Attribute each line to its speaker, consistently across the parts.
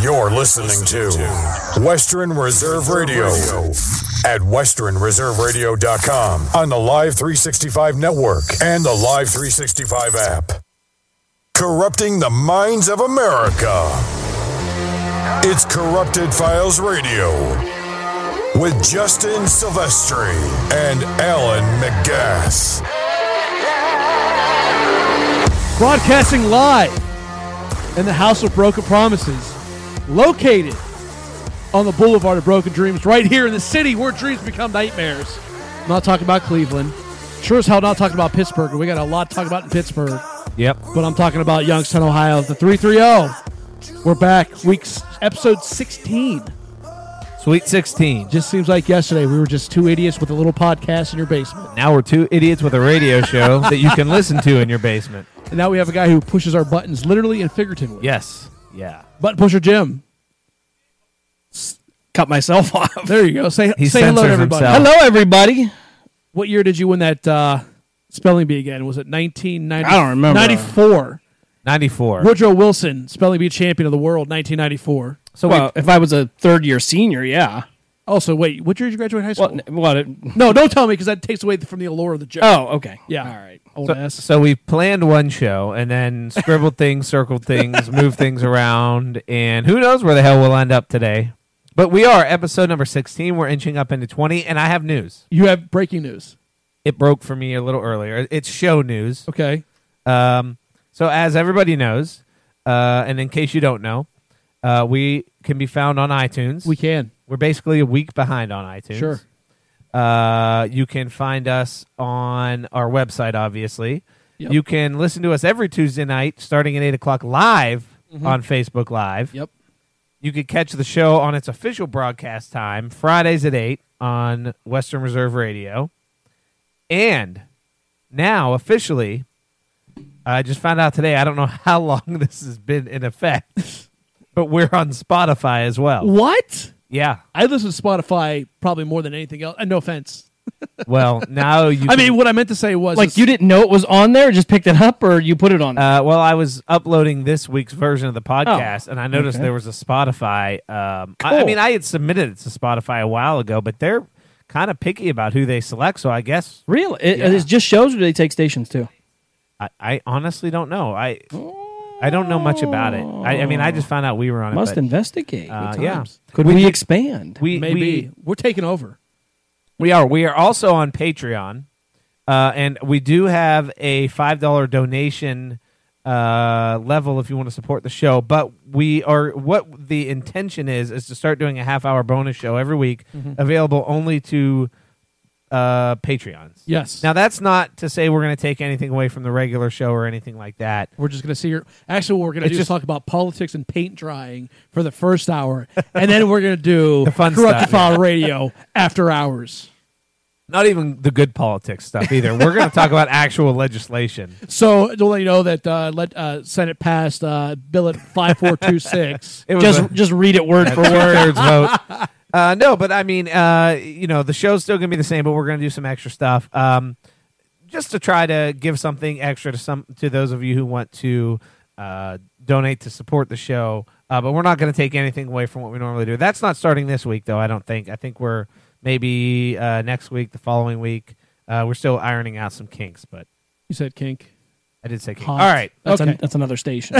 Speaker 1: You're listening to Western Reserve Radio at westernreserveradio.com on the Live 365 network and the Live 365 app. Corrupting the minds of America. It's Corrupted Files Radio with Justin Silvestri and Alan McGass.
Speaker 2: Broadcasting live in the House of Broken Promises, located on the Boulevard of Broken Dreams, right here in the city where dreams become nightmares. I'm not talking about Cleveland. Sure as hell not talking about Pittsburgh. We got a lot to talk about in Pittsburgh,
Speaker 3: Yep.
Speaker 2: but I'm talking about Youngstown, Ohio, the 330. We're back, weeks episode 16.
Speaker 3: Sweet 16.
Speaker 2: Just seems like yesterday we were just two idiots with a little podcast in your basement.
Speaker 3: Now we're two idiots with a radio show that you can listen to in your basement.
Speaker 2: And now we have a guy who pushes our buttons literally and figuratively.
Speaker 3: Yes. Yeah.
Speaker 2: Button pusher Jim.
Speaker 4: cut myself off.
Speaker 2: There you go. Say,
Speaker 3: He
Speaker 2: say hello to
Speaker 3: censors
Speaker 2: everybody.
Speaker 3: himself.
Speaker 4: Hello, everybody.
Speaker 2: What year did you win that uh, spelling bee again? Was it 1990?
Speaker 4: I don't remember.
Speaker 2: 94.
Speaker 3: 94.
Speaker 2: Woodrow Wilson, spelling bee champion of the world, 1994.
Speaker 3: So
Speaker 4: well,
Speaker 3: well,
Speaker 4: if I was a third year senior, yeah.
Speaker 2: Also, wait, what year did you graduate high school?
Speaker 4: What? What? it-
Speaker 2: no, don't tell me because that takes away from the allure of the joke.
Speaker 4: oh, okay.
Speaker 2: yeah.
Speaker 4: All right.
Speaker 2: Old
Speaker 3: so,
Speaker 2: ass.
Speaker 3: so we planned one show and then scribbled things, circled things, moved things around, and who knows where the hell we'll end up today. But we are episode number 16. We're inching up into 20, and I have news.
Speaker 2: You have breaking news.
Speaker 3: It broke for me a little earlier. It's show news.
Speaker 2: Okay.
Speaker 3: Um, so, as everybody knows, uh, and in case you don't know, uh, we can be found on iTunes.
Speaker 2: We can.
Speaker 3: We're basically a week behind on iTunes.
Speaker 2: Sure.
Speaker 3: Uh, you can find us on our website, obviously.
Speaker 2: Yep.
Speaker 3: You can listen to us every Tuesday night, starting at 8 o'clock live on Facebook Live.
Speaker 2: Mm-hmm. Yep.
Speaker 3: You can catch the show on its official broadcast time, Fridays at 8 on Western Reserve Radio. And now, officially, I just found out today, I don't know how long this has been in effect, but we're on Spotify as well.
Speaker 2: What?
Speaker 3: Yeah.
Speaker 2: I listen to Spotify probably more than anything else. And no offense.
Speaker 3: Well, now you.
Speaker 2: I
Speaker 3: can-
Speaker 2: mean, what I meant to say was
Speaker 4: Like you didn't know it was on there, just picked it up, or you put it on.
Speaker 3: Uh, well, I was uploading this week's version of the podcast, and I noticed
Speaker 4: okay.
Speaker 3: there was a Spotify. Um, I, I
Speaker 4: Cool.
Speaker 3: mean, I had submitted it to Spotify a while ago, but they're kind of picky about who they select. So I guess
Speaker 4: really? It,
Speaker 3: yeah.
Speaker 4: it just shows, or do they take stations too?
Speaker 3: I, I honestly don't know. I I don't know much about it. I, I mean, I just found out we were on
Speaker 4: Must
Speaker 3: it. but
Speaker 4: investigate.
Speaker 3: Uh,
Speaker 4: Good
Speaker 3: yeah.
Speaker 4: times. Could we, expand?
Speaker 3: we
Speaker 2: maybe
Speaker 3: we
Speaker 2: we're taking over.
Speaker 3: we are we are also on Patreon, uh, and we do have a five dollar donation uh level if you want to support the show but we are what the intention is is to start doing a half hour bonus show every week available only to uh patreons
Speaker 2: Yes.
Speaker 3: now that's not to say we're going to take anything away from the regular show or anything like that
Speaker 2: We're just going to see your. Actually, what we're going to
Speaker 3: It's
Speaker 2: do
Speaker 3: just-
Speaker 2: is talk about politics and paint drying for the first hour, and then we're going to do
Speaker 3: The fun
Speaker 2: corrupted
Speaker 3: stuff,
Speaker 2: file radio after hours.
Speaker 3: not even the good politics stuff either we're going to talk about actual legislation
Speaker 2: So to let you know that uh, let uh, Senate passed uh, Bill at five four two six.
Speaker 3: It was
Speaker 4: just
Speaker 3: a-
Speaker 4: just read it word for word.
Speaker 3: Two-thirds vote. Uh, no, but I mean, uh, you know, the show's still gonna be the same, but we're gonna do some extra stuff, um, just to try to give something extra to some to those of you who want to uh, donate to support the show. Uh, but we're not gonna take anything away from what we normally do. That's not starting this week, though. I don't think. I think we're maybe uh, next week, the following week. Uh, we're still ironing out some kinks, but
Speaker 2: You said kink.
Speaker 3: I did say kinks.
Speaker 2: Hot.
Speaker 3: All right.
Speaker 4: That's, an-
Speaker 2: Okay.
Speaker 4: that's another station.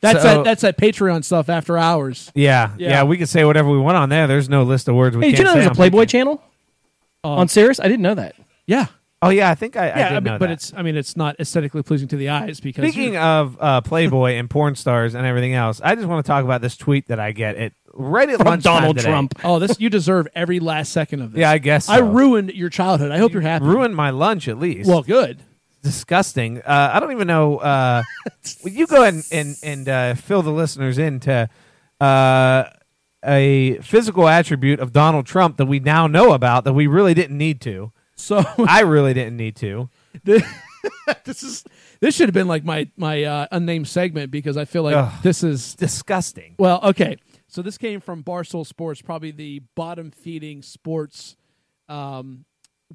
Speaker 2: That's
Speaker 3: So-
Speaker 2: that. That's that Patreon stuff after hours.
Speaker 3: Yeah, yeah,
Speaker 2: Yeah.
Speaker 3: We can say whatever we want on there. There's no list of words we
Speaker 4: hey,
Speaker 3: can't
Speaker 4: did you know
Speaker 3: say
Speaker 4: there's a
Speaker 3: on
Speaker 4: Playboy
Speaker 3: Patreon.
Speaker 4: channel
Speaker 3: Uh,
Speaker 4: on Sirius? I didn't know that.
Speaker 2: Yeah,
Speaker 3: Oh yeah, I think I, I
Speaker 2: yeah.
Speaker 3: did
Speaker 2: I mean,
Speaker 3: know
Speaker 2: but
Speaker 3: that.
Speaker 2: it's. I mean, it's not aesthetically pleasing to the eyes because
Speaker 3: Speaking
Speaker 2: you-
Speaker 3: of uh, Playboy and porn stars and everything else, I just want to talk about this tweet that I get at right at
Speaker 4: From
Speaker 3: lunchtime
Speaker 4: Donald
Speaker 3: today.
Speaker 4: Trump.
Speaker 2: oh, this you deserve every last second of this.
Speaker 3: Yeah, I guess
Speaker 2: I
Speaker 3: so.
Speaker 2: ruined your childhood. I hope you're happy.
Speaker 3: ruined my lunch at least.
Speaker 2: Well, good.
Speaker 3: disgusting. Uh, I don't even know. Uh, will you go ahead and and, and uh, fill the listeners in to uh, a physical attribute of Donald Trump that we now know about that we really didn't need to.
Speaker 2: So
Speaker 3: I really didn't need to.
Speaker 2: this is this should have been like my my uh, unnamed segment because I feel like
Speaker 3: Ugh.
Speaker 2: this is
Speaker 3: Disgusting.
Speaker 2: well okay. So this came from Barstool Sports, probably the bottom feeding sports um,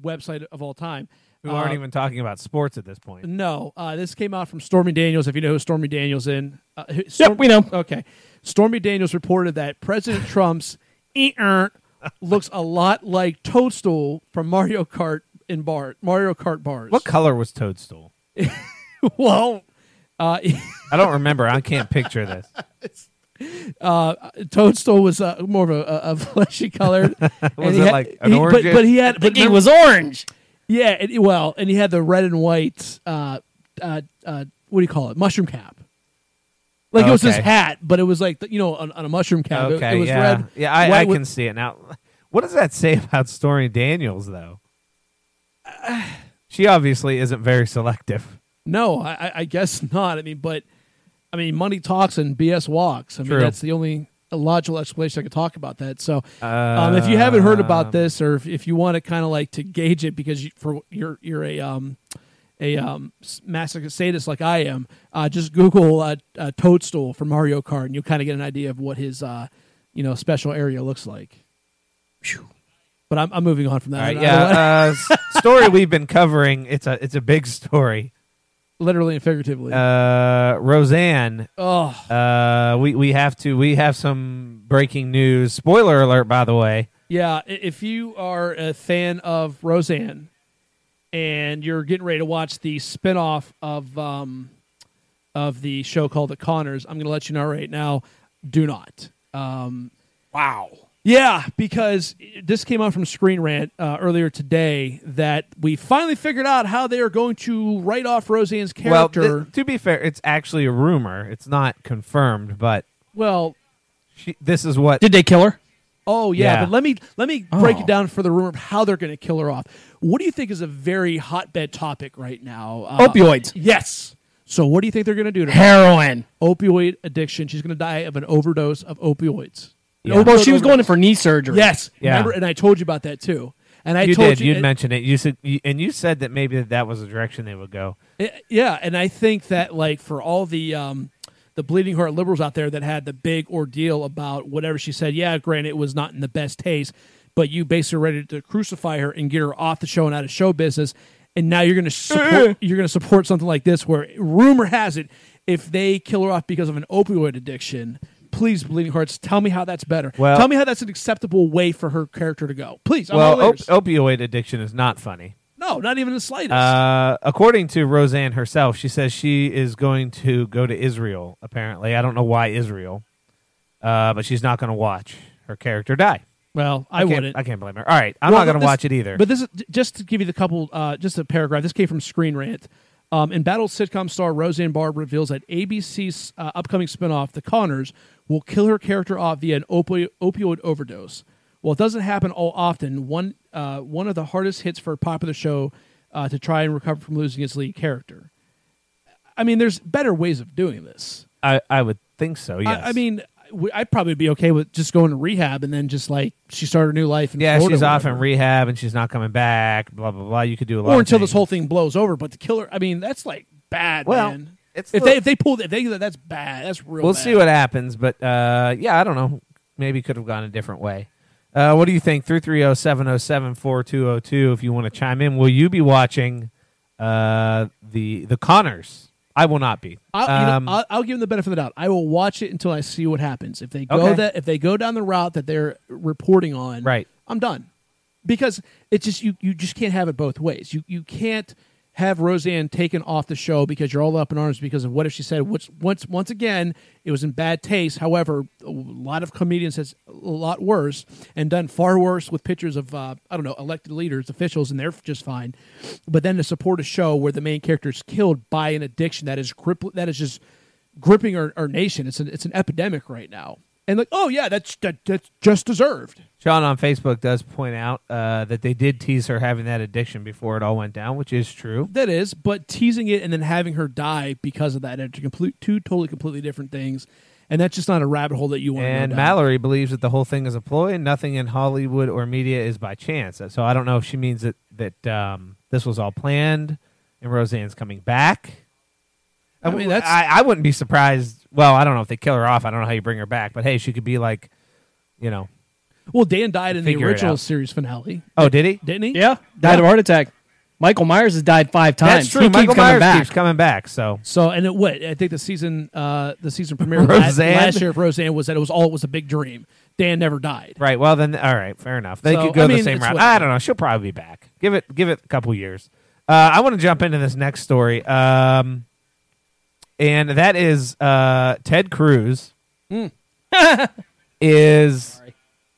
Speaker 2: website of all time.
Speaker 3: We
Speaker 2: Uh,
Speaker 3: aren't even talking about sports at this point.
Speaker 2: No, uh, this came out from Stormy Daniels. If you know who Stormy Daniels in, uh, who-
Speaker 4: Yep, we know.
Speaker 2: Okay, Stormy Daniels reported that President Trump's "Eh-er" looks a lot like Toadstool from Mario Kart in bar Mario Kart bars.
Speaker 3: What color was Toadstool?
Speaker 2: well, uh,
Speaker 3: I don't remember. I can't picture this.
Speaker 2: Toadstool was uh, more of a, a, a fleshy color. And he
Speaker 3: it
Speaker 2: had-
Speaker 3: like an
Speaker 2: he-
Speaker 3: orange?
Speaker 2: But, but he had,
Speaker 4: The
Speaker 2: but
Speaker 4: game
Speaker 2: remember-
Speaker 4: was orange.
Speaker 2: yeah. And, he- well, and he had the red and white. Uh, uh, uh, what do you call it? Mushroom cap. Like it was his
Speaker 3: Okay.
Speaker 2: hat, but it was like the, you know on, on a mushroom cap. It-
Speaker 3: Okay,
Speaker 2: it, was
Speaker 3: yeah,
Speaker 2: red.
Speaker 3: yeah. I,
Speaker 2: white
Speaker 3: I
Speaker 2: with-
Speaker 3: can see it now. What does that say about Stormy Daniels, though? She obviously isn't very selective.
Speaker 2: No, I, I- I guess not. I mean, but I mean, money talks and BS walks. I
Speaker 3: True.
Speaker 2: mean, that's the only logical explanation I could talk about that. So, um, if you haven't heard about this, or if, if you want to kind of like to gauge it, because you, for you're you're a um, a um, s- masochist sadist like I am, uh, just Google uh, uh, Toadstool for Mario Kart, and you'll kind of get an idea of what his uh, you know special area looks like. Phew. But I'm, I'm moving on from that.
Speaker 3: All right,
Speaker 2: I don't
Speaker 3: yeah.
Speaker 2: wanna-
Speaker 3: Uh, s- story we've been covering. It's a it's a big story.
Speaker 2: literally and figuratively.
Speaker 3: Uh, Roseanne.
Speaker 2: oh,
Speaker 3: Uh, we we have to we have some breaking news. Spoiler alert, by the way.
Speaker 2: Yeah, i- if you are a fan of Roseanne and you're getting ready to watch the spinoff of um, of the show called The Connors, I'm going to let you know right now. Do not. Um,
Speaker 4: Wow.
Speaker 2: yeah, because this came out from Screen Rant uh, earlier today that we finally figured out how they are going to write off Roseanne's
Speaker 3: Well,
Speaker 2: character. Well,
Speaker 3: th- to be fair, it's actually a rumor. It's not confirmed, but she, this is what
Speaker 4: Did they kill her?
Speaker 2: Oh yeah,
Speaker 3: Yeah.
Speaker 2: but let me let me break
Speaker 4: Oh.
Speaker 2: it down for the rumor of how they're going to kill her off. What do you think is a very hotbed topic right now? Uh,
Speaker 4: Opioids.
Speaker 2: Yes. So what do you think they're going to do to her?
Speaker 4: Heroin.
Speaker 2: Opioid addiction. She's going to die of an overdose of opioids. An
Speaker 3: Yeah.
Speaker 4: Well,
Speaker 2: opioid
Speaker 4: she was
Speaker 2: overdose.
Speaker 4: going in for knee surgery.
Speaker 2: Yes.
Speaker 3: Yeah.
Speaker 2: Remember, and I told you about that too. And I
Speaker 3: you
Speaker 2: told
Speaker 3: did.
Speaker 2: you.
Speaker 3: You mentioned it. You said, you, and you said that maybe that, that was the direction they would go.
Speaker 2: Uh, Yeah, and I think that like for all the um, the bleeding heart liberals out there that had the big ordeal about whatever she said, yeah, granted it was not in the best taste, but you basically ready to crucify her and get her off the show and out of show business, and now you're gonna support, you're gonna support something like this where rumor has it if they kill her off because of an opioid addiction. Please, bleeding hearts, tell me how that's better.
Speaker 3: Well-
Speaker 2: tell me how that's an acceptable way for her character to go. Please, I'm
Speaker 3: well, oh,
Speaker 2: all
Speaker 3: op-
Speaker 2: ears.
Speaker 3: opioid addiction is not funny.
Speaker 2: no, not even the slightest.
Speaker 3: Uh, according to Roseanne herself, she says she is going to go to Israel. Apparently, I don't know why Israel, uh, but she's not going to watch her character die.
Speaker 2: well, I,
Speaker 3: can't-
Speaker 2: wouldn't.
Speaker 3: I can't blame her. All right, I'm
Speaker 2: Well,
Speaker 3: not going
Speaker 2: this-
Speaker 3: to watch it either.
Speaker 2: But this is just to give you the couple, uh, just a paragraph. This came from Screen Rant. Um, in battle sitcom star Roseanne Barr reveals that ABC's uh, upcoming spinoff, The Connors, will kill her character off via an opi- opioid overdose. Well, it doesn't happen all often. One uh, one of the hardest hits for a popular show uh, to try and recover from losing its lead character. I mean, there's better ways of doing this.
Speaker 3: I, I would think so. Yes.
Speaker 2: I, I mean, w- I'd probably be okay with just going to rehab and then just like she started a new life. In
Speaker 3: yeah,
Speaker 2: Florida
Speaker 3: she's
Speaker 2: or
Speaker 3: off
Speaker 2: whatever
Speaker 3: in rehab and she's not coming back. Blah blah blah. You could do a lot.
Speaker 2: or
Speaker 3: of
Speaker 2: until this
Speaker 3: things.
Speaker 2: whole thing blows over. But the killer, I mean, that's like bad,
Speaker 3: Well,
Speaker 2: man.
Speaker 3: it's
Speaker 2: if
Speaker 3: the-
Speaker 2: they if they pull if they do that, that's bad. That's real.
Speaker 3: We'll
Speaker 2: bad.
Speaker 3: see what happens, but uh, yeah, I don't know. Maybe could have gone a different way. Uh, what do you think? 330-707-4202 if you want to chime in. Will you be watching uh, the the Connors? I will not be.
Speaker 2: I'll, Uh, you know,
Speaker 3: Um,
Speaker 2: I'll, I'll give them the benefit of the doubt. I will watch it until I see what happens. If they go
Speaker 3: Okay.
Speaker 2: that if they go down the route that they're reporting on,
Speaker 3: Right.
Speaker 2: I'm done because it's just you you just can't have it both ways. You you can't have Roseanne taken off the show because you're all up in arms because of what if she said which once once again it was in bad taste. However, a lot of comedians has a lot worse and done far worse with pictures of uh, I don't know elected leaders, officials, and they're just fine. But then to support a show where the main character is killed by an addiction that is grip that is just gripping our, our nation. It's an it's an epidemic right now. And like, oh yeah, that's that, that's just deserved.
Speaker 3: Sean on Facebook does point out uh, that they did tease her having that addiction before it all went down, which is true.
Speaker 2: That is, but teasing it and then having her die because of that are two complete, two totally completely different things, and that's just not a rabbit hole that you want.
Speaker 3: And
Speaker 2: to go down.
Speaker 3: Mallory believes that the whole thing is a ploy and nothing in Hollywood or media is by chance. So I don't know if she means that, that um, this was all planned and Roseanne's coming back.
Speaker 2: I mean, that's-
Speaker 3: I, I wouldn't be surprised. Well, I don't know if they kill her off. I don't know how you bring her back, but hey, she could be like, you know.
Speaker 2: well, Dan died in the
Speaker 3: Figure it
Speaker 2: original
Speaker 3: out.
Speaker 2: series finale,
Speaker 3: Oh, did he?
Speaker 2: didn't he?
Speaker 4: Yeah. Died of a heart attack. Michael Myers has died five times.
Speaker 3: That's true.
Speaker 4: He
Speaker 3: Michael
Speaker 4: keeps coming
Speaker 3: Myers
Speaker 4: back.
Speaker 3: keeps coming back. So
Speaker 2: So and it what I think the season uh the season premiere la- last,
Speaker 3: Roseanne?
Speaker 2: year of Roseanne was that it was all it was a big dream. Dan never died.
Speaker 3: right. Well, then all right. Fair enough. They
Speaker 2: So,
Speaker 3: could go
Speaker 2: I
Speaker 3: the
Speaker 2: mean,
Speaker 3: same
Speaker 2: it's
Speaker 3: route.
Speaker 2: whatever.
Speaker 3: I don't know. She'll probably be back. Give it. Give it a couple years. Uh, I want to jump into this next story. Um, and that is uh, Ted Cruz
Speaker 2: Mm.
Speaker 3: is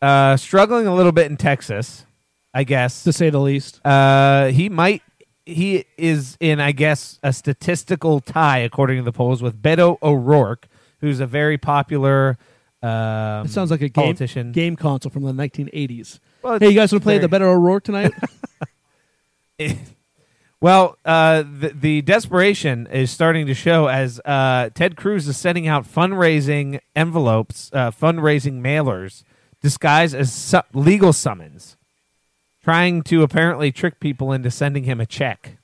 Speaker 3: uh, struggling a little bit in Texas, I guess.
Speaker 2: To say the least.
Speaker 3: Uh, he might. He is in, I guess, a statistical tie according to the polls with Beto O'Rourke, who's a very popular. Um,
Speaker 2: It sounds like a game
Speaker 3: politician.
Speaker 2: game console from the 1980s.
Speaker 3: Well, it's
Speaker 2: hey, you guys want to play
Speaker 3: very-
Speaker 2: the Better O'Rourke tonight?
Speaker 3: well, uh, the, the desperation is starting to show as uh, Ted Cruz is sending out fundraising envelopes, uh, fundraising mailers disguised as su- legal summons, trying to apparently trick people into sending him a check.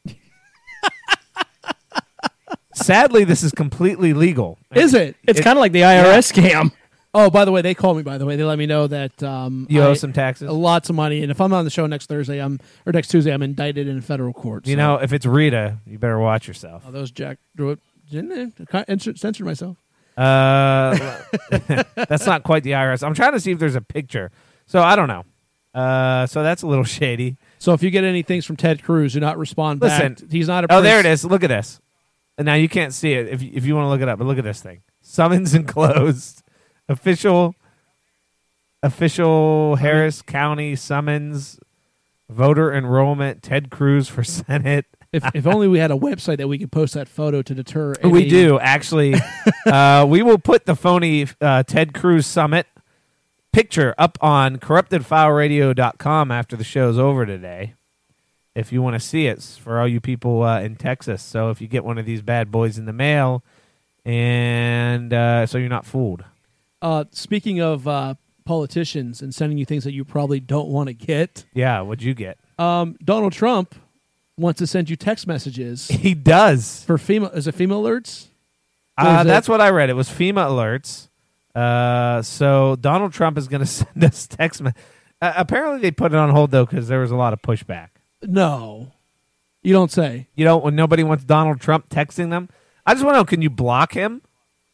Speaker 3: Sadly, this is completely legal.
Speaker 2: Is it?
Speaker 4: It's kind of like the IRS scam.
Speaker 2: Oh, by the way, they called me. By the way, they let me know that um,
Speaker 3: You owe
Speaker 2: I-
Speaker 3: some taxes?
Speaker 2: lots of money. And if I'm not on the show next Thursday, I'm or next Tuesday, I'm indicted in federal court.
Speaker 3: You
Speaker 2: so-
Speaker 3: know, if it's Rita, you better watch yourself.
Speaker 2: oh, those Jack drew it. Didn't I kind of censor- censored myself.
Speaker 3: Uh, that's not quite the IRS. I'm trying to see if there's a picture. So I don't know. Uh, so that's a little shady.
Speaker 2: So if you get any things from Ted Cruz, do not respond
Speaker 3: Listen.
Speaker 2: back. He's not a.
Speaker 3: Oh, there it
Speaker 2: prince.
Speaker 3: is. Look at this. And now you can't see it if if you want to look it up. But look at this thing. Summons enclosed. Official. Official Harris County summons. Voter enrollment. Ted Cruz for Senate.
Speaker 2: If, if only we had a website that we could post that photo to deter.
Speaker 3: We
Speaker 2: any-
Speaker 3: do actually. uh, we will put the phony uh, Ted Cruz summit picture up on corruptedfileradio.com after the show's over today. If you want to see it it's for all you people uh, in Texas, so if you get one of these bad boys in the mail, and uh, so you're not fooled.
Speaker 2: Uh, speaking of uh, politicians and sending you things that you probably don't want to get,
Speaker 3: Yeah, what'd you get?
Speaker 2: um, Donald Trump wants to send you text messages
Speaker 3: He does.
Speaker 2: for FEMA. Is it FEMA alerts?
Speaker 3: Uh,
Speaker 2: Is it-
Speaker 3: that's what I read. It was FEMA alerts. Uh, so Donald Trump is going to send us text. Me- uh, apparently, they put it on hold though because there was a lot of pushback.
Speaker 2: No, you don't say.
Speaker 3: You know, when nobody wants Donald Trump texting them. I just want to know, can you block him?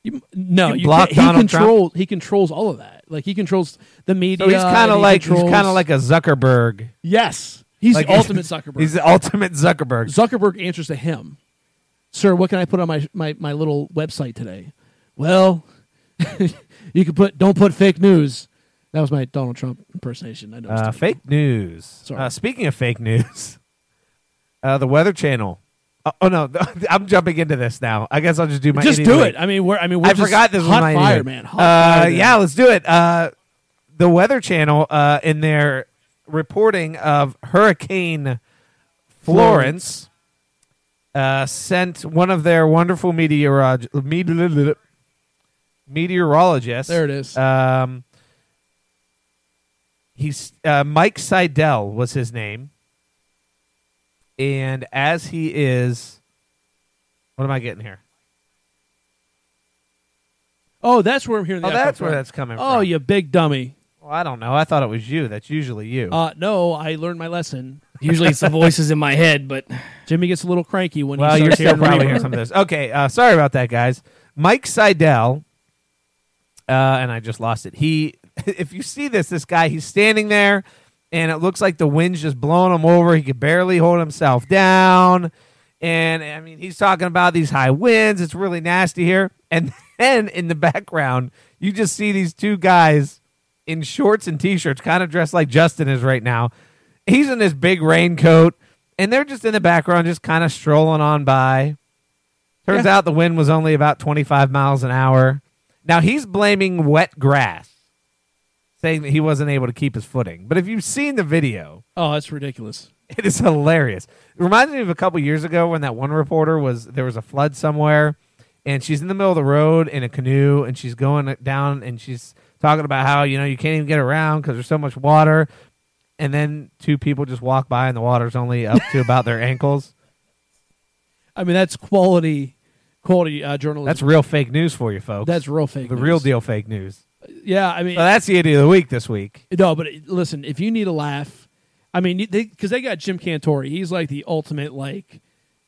Speaker 2: You, no,
Speaker 3: You
Speaker 2: you,
Speaker 3: block
Speaker 2: can't- he
Speaker 3: Donald Trump?
Speaker 2: controls. He controls all of that. Like he controls the media.
Speaker 3: So he's kind
Speaker 2: Oh, and
Speaker 3: of
Speaker 2: he
Speaker 3: like he's
Speaker 2: controls-
Speaker 3: kind of like a Zuckerberg.
Speaker 2: yes, he's
Speaker 3: Like,
Speaker 2: the ultimate Zuckerberg.
Speaker 3: He's the ultimate Zuckerberg.
Speaker 2: Zuckerberg answers to him, Sir, what can I put on my, my, my little website today? Well, you can put, don't put fake news. That was my Donald Trump impersonation. I know.
Speaker 3: Uh, fake news.
Speaker 2: Sorry.
Speaker 3: Uh, speaking of fake news, uh, the Weather Channel. Uh, oh no, I'm jumping into this now. I guess I'll just do my.
Speaker 2: just
Speaker 3: idiot
Speaker 2: do
Speaker 3: of the
Speaker 2: it.
Speaker 3: week.
Speaker 2: I mean, we're, I mean, we're
Speaker 3: I
Speaker 2: just
Speaker 3: forgot this was
Speaker 2: hot
Speaker 3: my
Speaker 2: fire,
Speaker 3: idiot.
Speaker 2: man. Hot
Speaker 3: Uh,
Speaker 2: fire, man.
Speaker 3: yeah, let's do it. Uh, the Weather Channel uh, in their reporting of Hurricane Florence, Uh, sent one of their wonderful meteorolog- meteor- meteorologists.
Speaker 2: There it is.
Speaker 3: Um, he's uh, Mike Seidel was his name, and as he is, what am I getting here?
Speaker 2: Oh, that's where I'm hearing. The
Speaker 3: Oh,
Speaker 2: echo
Speaker 3: that's
Speaker 2: from.
Speaker 3: where that's coming
Speaker 2: Oh,
Speaker 3: from.
Speaker 2: you big dummy.
Speaker 3: Well, I don't know. I thought it was you. That's usually you.
Speaker 2: Uh, no, I learned my lesson.
Speaker 4: Usually it's the voices in my head, but
Speaker 2: Jimmy gets a little cranky when
Speaker 3: well,
Speaker 2: he
Speaker 3: you're
Speaker 2: starts
Speaker 3: still
Speaker 2: hearing
Speaker 3: probably
Speaker 2: reverb.
Speaker 3: hearing some of this. Okay, uh, sorry about that, guys. Mike Seidel, uh, and I just lost it. He, if you see this, this guy, he's standing there, and it looks like the wind's just blowing him over. He could barely hold himself down, and I mean, he's talking about these high winds. It's really nasty here. And then in the background, you just see these two guys in shorts and t-shirts, kind of dressed like Justin is right now. He's in this big raincoat, and they're just in the background, just kind of strolling on by. Turns out the wind was only about 25 miles an hour. Now he's blaming wet grass, saying that he wasn't able to keep his footing. But if you've seen the video,
Speaker 2: Oh, that's ridiculous.
Speaker 3: it is hilarious. It reminds me of a couple years ago when that one reporter was there was a flood somewhere, and she's in the middle of the road in a canoe, and she's going down, and she's talking about how you know you can't even get around because there's so much water, and then two people just walk by, and the water's only up to about their ankles.
Speaker 2: I mean, that's quality, quality uh, journalism.
Speaker 3: That's real fake news for you, folks.
Speaker 2: that's real fake.
Speaker 3: the
Speaker 2: news.
Speaker 3: real deal fake news.
Speaker 2: Yeah, I mean,
Speaker 3: So that's the idiot of the week this week.
Speaker 2: No, but it- listen, if you need a laugh, I mean, they because they got Jim Cantori. He's like the ultimate like,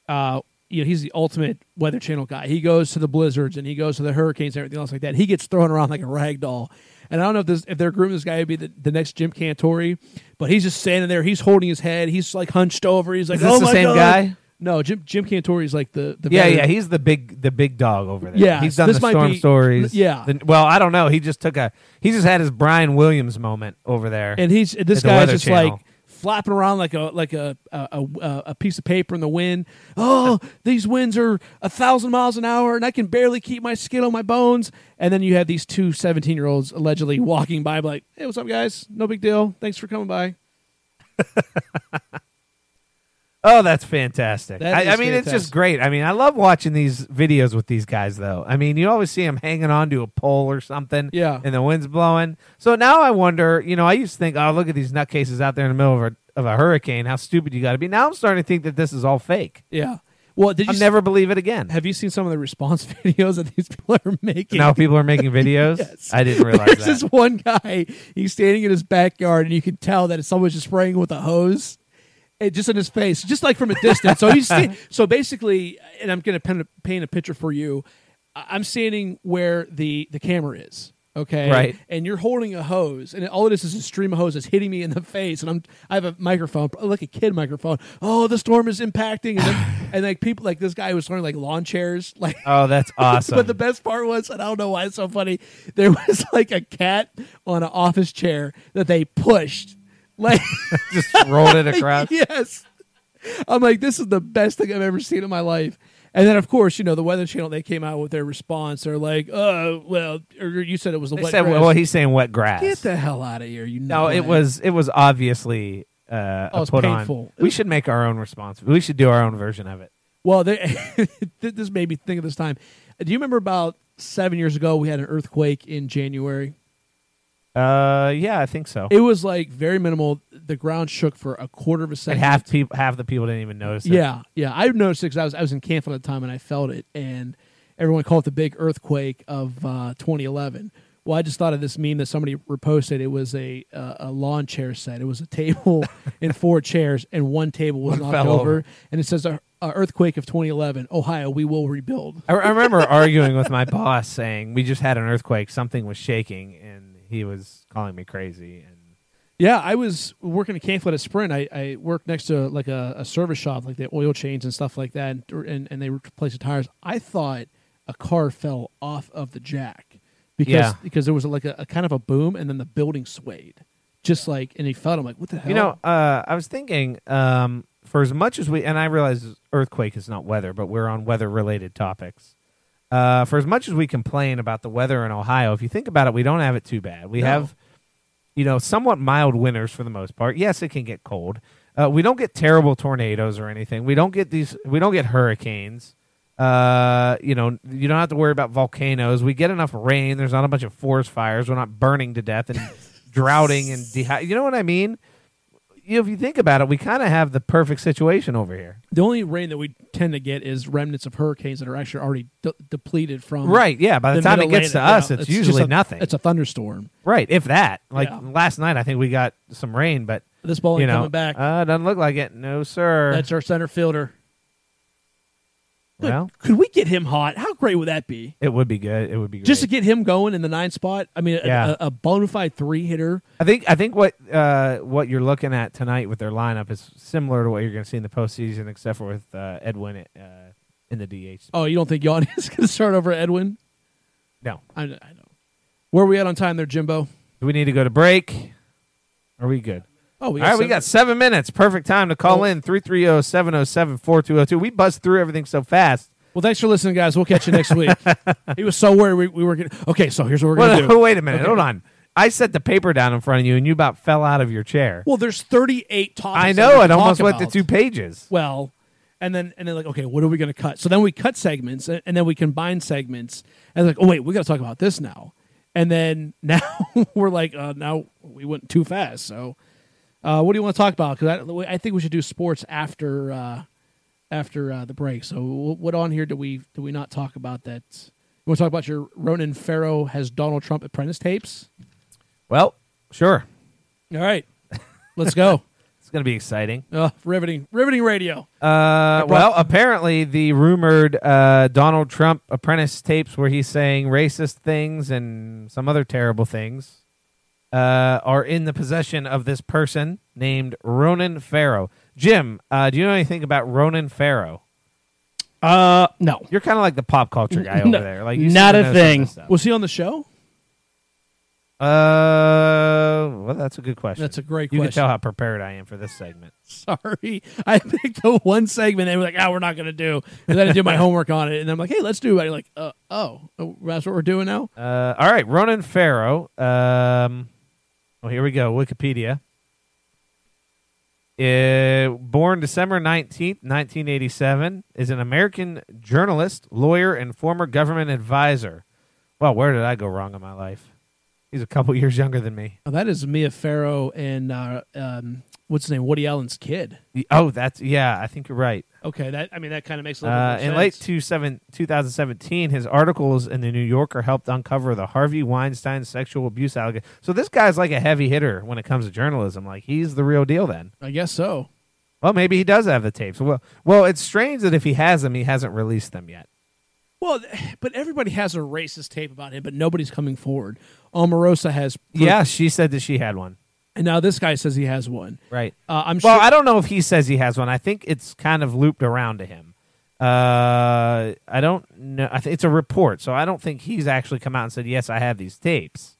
Speaker 2: uh, you know, he's the ultimate Weather Channel guy. He goes to the blizzards and he goes to the hurricanes and everything else like that. He gets thrown around like a rag doll. And I don't know if this if they're grooming this guy to be the, the next Jim Cantori, but he's just standing there. He's holding his head. He's like hunched over. He's like,
Speaker 3: this
Speaker 2: oh
Speaker 3: the
Speaker 2: my
Speaker 3: same
Speaker 2: God."
Speaker 3: guy?
Speaker 2: No, Jim Jim Cantori's like the the
Speaker 3: Yeah,
Speaker 2: veteran.
Speaker 3: yeah, he's the big the big dog over there.
Speaker 2: Yeah,
Speaker 3: he's done
Speaker 2: this
Speaker 3: the
Speaker 2: might
Speaker 3: storm
Speaker 2: be-
Speaker 3: stories.
Speaker 2: yeah.
Speaker 3: The- well, I don't know. He just took a he just had his Brian Williams moment over there.
Speaker 2: and he's and this
Speaker 3: At the
Speaker 2: guy's
Speaker 3: Weather
Speaker 2: just
Speaker 3: Channel.
Speaker 2: like flapping around like a like a a, a a piece of paper in the wind. Oh, these winds are a thousand miles an hour, and I can barely keep my skin on my bones. And then you have these two 17 year olds allegedly walking by, like, "Hey, what's up, guys? No big deal. Thanks for coming by."
Speaker 3: oh, that's fantastic.
Speaker 2: That
Speaker 3: I, I
Speaker 2: is
Speaker 3: mean, it's
Speaker 2: fantastic.
Speaker 3: just great. I mean, I love watching these videos with these guys though. I mean, you always see them hanging on to a pole or something.
Speaker 2: Yeah.
Speaker 3: and the wind's blowing. So now I wonder. You know, I used to think, oh, look at these nutcases out there in the middle of a of a hurricane. How stupid you got to be. Now I'm starting to think that this is all fake.
Speaker 2: Yeah. Well, did you
Speaker 3: I'll
Speaker 2: s-
Speaker 3: never believe it again.
Speaker 2: have you seen some of the response videos that these people are making?
Speaker 3: Now people are making videos.
Speaker 2: Yes.
Speaker 3: I didn't realize
Speaker 2: There's
Speaker 3: that.
Speaker 2: this one guy. He's standing in his backyard, and you can tell that someone's just spraying with a hose, and just in his face, just like from a distance. so he's sta- so basically, and I'm going to paint a, paint a picture for you. I- I'm standing where the the camera is. Okay.
Speaker 3: Right.
Speaker 2: And you're holding a hose, and all it is is a stream of hose that's hitting me in the face, and I'm I have a microphone, like a kid microphone. Oh, the storm is impacting, and, then, and like people, like this guy was throwing like lawn chairs, like
Speaker 3: Oh, that's awesome.
Speaker 2: but the best part was, and I don't know why it's so funny, there was like a cat on an office chair that they pushed. Like,
Speaker 3: just rolled it across.
Speaker 2: yes. I'm like, this is the best thing I've ever seen in my life. And then, of course, you know, the Weather Channel, they came out with their response. They're like, oh, well, or you said it was a
Speaker 3: They
Speaker 2: wet
Speaker 3: said,
Speaker 2: grass.
Speaker 3: well, he's saying wet grass.
Speaker 2: Get the hell out of here. You know.
Speaker 3: no, it was it was obviously uh,
Speaker 2: Oh,
Speaker 3: a
Speaker 2: it's
Speaker 3: put on.
Speaker 2: painful.
Speaker 3: We should make our own response. We should do our own version of it.
Speaker 2: Well, they, this made me think of this time. Do you remember about seven years ago, we had an earthquake in January?
Speaker 3: Uh, yeah, I think so.
Speaker 2: It was like very minimal. The ground shook for a quarter of a
Speaker 3: and
Speaker 2: second.
Speaker 3: half people half the people didn't even notice. It.
Speaker 2: Yeah, yeah. I noticed it because I was I was in camp at the time and I felt it, and everyone called it the big earthquake of uh, 2011. Well, I just thought of this meme that somebody reposted. It was a uh, a lawn chair set. It was a table and four chairs, and one table was
Speaker 3: One
Speaker 2: knocked
Speaker 3: fell
Speaker 2: over.
Speaker 3: over.
Speaker 2: and it says a, a earthquake of 2011, Ohio, we will rebuild.
Speaker 3: I, I remember arguing with my boss saying we just had an earthquake. Something was shaking, and he was calling me crazy. And
Speaker 2: Yeah, I was working at Canfield at Sprint. I, I worked next to like a, a service shop, like the oil change and stuff like that, and, and, and they replaced the tires. I thought a car fell off of the jack because
Speaker 3: Yeah.
Speaker 2: because there was like a, a kind of a boom, and then the building swayed, just like and he felt. I'm like, what the hell?
Speaker 3: You know, uh, I was thinking um, for as much as we, and I realize earthquake is not weather, but we're on weather related topics. Uh, for as much as we complain about the weather in Ohio, if you think about it, we don't have it too bad. We
Speaker 2: No.
Speaker 3: have, you know, somewhat mild winters for the most part. Yes, it can get cold. Uh, we don't get terrible tornadoes or anything. We don't get these. We don't get hurricanes. Uh, you know, you don't have to worry about volcanoes. We get enough rain. There's not a bunch of forest fires. We're not burning to death and drowning and dehy- You know what I mean? you know, if you think about it, we kind of have the perfect situation over here.
Speaker 2: the only rain that we tend to get is remnants of hurricanes that are actually already de- depleted from
Speaker 3: Right. Yeah. By the, time it
Speaker 2: Mid-Atlantic.
Speaker 3: gets to
Speaker 2: Yeah,
Speaker 3: us, it's,
Speaker 2: just
Speaker 3: usually
Speaker 2: a-
Speaker 3: nothing.
Speaker 2: It's a thunderstorm.
Speaker 3: right. If that, like
Speaker 2: Yeah.
Speaker 3: last night, I think we got some rain, but
Speaker 2: This ball ain't
Speaker 3: you know,
Speaker 2: coming back.
Speaker 3: Uh, doesn't look like it. No, sir.
Speaker 2: That's our center fielder.
Speaker 3: well,
Speaker 2: Could we get him hot? How great would that be?
Speaker 3: it would be good. It would be great.
Speaker 2: just to get him going in the nine spot. I mean, a,
Speaker 3: Yeah.
Speaker 2: a, a bona fide three hitter.
Speaker 3: I think I think what uh, what you're looking at tonight with their lineup is similar to what you're going to see in the postseason, except for with uh, Edwin uh, in the DH.
Speaker 2: Oh, you don't think Yon is going to start over Edwin?
Speaker 3: No,
Speaker 2: I, I know. Where are we at on time there, Jimbo?
Speaker 3: do we need to go to break? Are we good?
Speaker 2: Oh, we
Speaker 3: All right, we got seven minutes. Perfect time to call
Speaker 2: Oh.
Speaker 3: in 330 707 4202. We buzzed through everything so fast.
Speaker 2: Well, thanks for listening, guys. We'll catch you next week. he was so worried we, we were getting. Okay, so here's what we're going to
Speaker 3: Wait,
Speaker 2: do.
Speaker 3: wait a minute. Hold on. I set the paper down in front of you and you about fell out of your chair.
Speaker 2: Well, there's 38 topics. that
Speaker 3: I
Speaker 2: we
Speaker 3: know.
Speaker 2: can
Speaker 3: It almost
Speaker 2: talk
Speaker 3: went to
Speaker 2: about.
Speaker 3: two pages.
Speaker 2: well and then and then like okay what are we going to cut so then we cut segments and, and then we combine segments and like oh wait we got to talk about this now and then now we're like uh, now we went too fast so uh, what do you want to talk about because I, I think we should do sports after uh, after uh, the break so wh- what on here do we do we not talk about that you want to talk about your ronan farrow has donald trump apprentice tapes
Speaker 3: Well, sure.
Speaker 2: all right let's go
Speaker 3: Let's going to be exciting.
Speaker 2: Uh, riveting, riveting radio.
Speaker 3: Uh, well, apparently the rumored uh, Donald Trump apprentice tapes where he's saying racist things and some other terrible things uh, are in the possession of this person named Ronan Farrow. Jim, uh, do you know anything about Ronan Farrow?
Speaker 4: Uh, no,
Speaker 3: You're kind of like the pop culture guy over
Speaker 4: No,
Speaker 3: there. Like you seem
Speaker 4: not
Speaker 3: to
Speaker 4: a
Speaker 3: know some of
Speaker 4: thing.
Speaker 3: this stuff.
Speaker 2: Was he on the show?
Speaker 3: Uh, well, that's a good question.
Speaker 2: That's a great
Speaker 3: You can
Speaker 2: question.
Speaker 3: tell how prepared I am for this segment.
Speaker 2: Sorry, I picked the one segment and we're like, "Ah, we're not gonna do." And then I did my homework on it, and I'm like, "Hey, let's do it." I'm like, uh, "Oh, oh, that's what we're doing now."
Speaker 3: Uh, all right, Ronan Farrow. Um, well, here we go. Wikipedia. Uh, born December 19th, 1987, is an American journalist, lawyer, and former government advisor. Well, where did I go wrong in my life? He's a couple years younger than me.
Speaker 2: Oh, that is Mia Farrow and uh, um, what's his name, Woody Allen's kid.
Speaker 3: The- Oh, that's, yeah, I think you're right.
Speaker 2: Okay, that I mean that kind of makes a little
Speaker 3: Uh,
Speaker 2: bit more
Speaker 3: in late
Speaker 2: sense.
Speaker 3: two seven, 2017, his articles in the New Yorker helped uncover the Harvey Weinstein sexual abuse allegation. So this guy's like a heavy hitter when it comes to journalism. Like he's the real deal. Then,
Speaker 2: I guess so.
Speaker 3: well, maybe he does have the tapes. Well, well, it's strange that if he has them, he hasn't released them yet.
Speaker 2: Well, th- but everybody has a racist tape about him, but nobody's coming forward. Omarosa has, proof-
Speaker 3: Yeah, she said that she had one.
Speaker 2: and now this guy says he has one.
Speaker 3: Right.
Speaker 2: Uh, I'm
Speaker 3: Well,
Speaker 2: sure.
Speaker 3: I don't know if he says he has one. I think it's kind of looped around to him. Uh, I don't know. I think it's a report, so I don't think he's actually come out and said, "Yes, I have these tapes."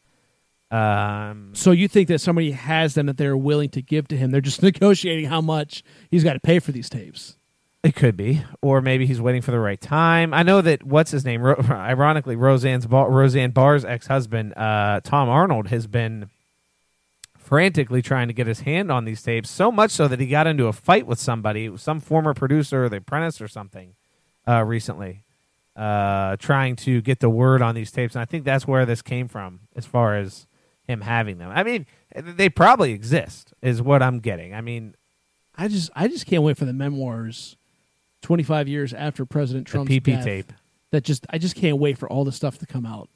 Speaker 3: Um,
Speaker 2: so you think that somebody has them that they're willing to give to him? They're just negotiating how much he's got to pay for these tapes.
Speaker 3: It could be, or maybe he's waiting for the right time. I know that what's his name? Ro- ironically, Roseanne's ba- Roseanne Barr's ex-husband, uh, Tom Arnold, has been frantically trying to get his hand on these tapes. So much so that he got into a fight with somebody, some former producer, or The Apprentice, or something, uh, recently, uh, trying to get the word on these tapes. And I think that's where this came from, as far as him having them. I mean, they probably exist, is what I'm getting. I mean,
Speaker 2: I just, I just can't wait for the memoirs. Twenty five years after President
Speaker 3: the
Speaker 2: Trump's
Speaker 3: PP
Speaker 2: death,
Speaker 3: tape.
Speaker 2: that just, I just can't wait for all the stuff to come out.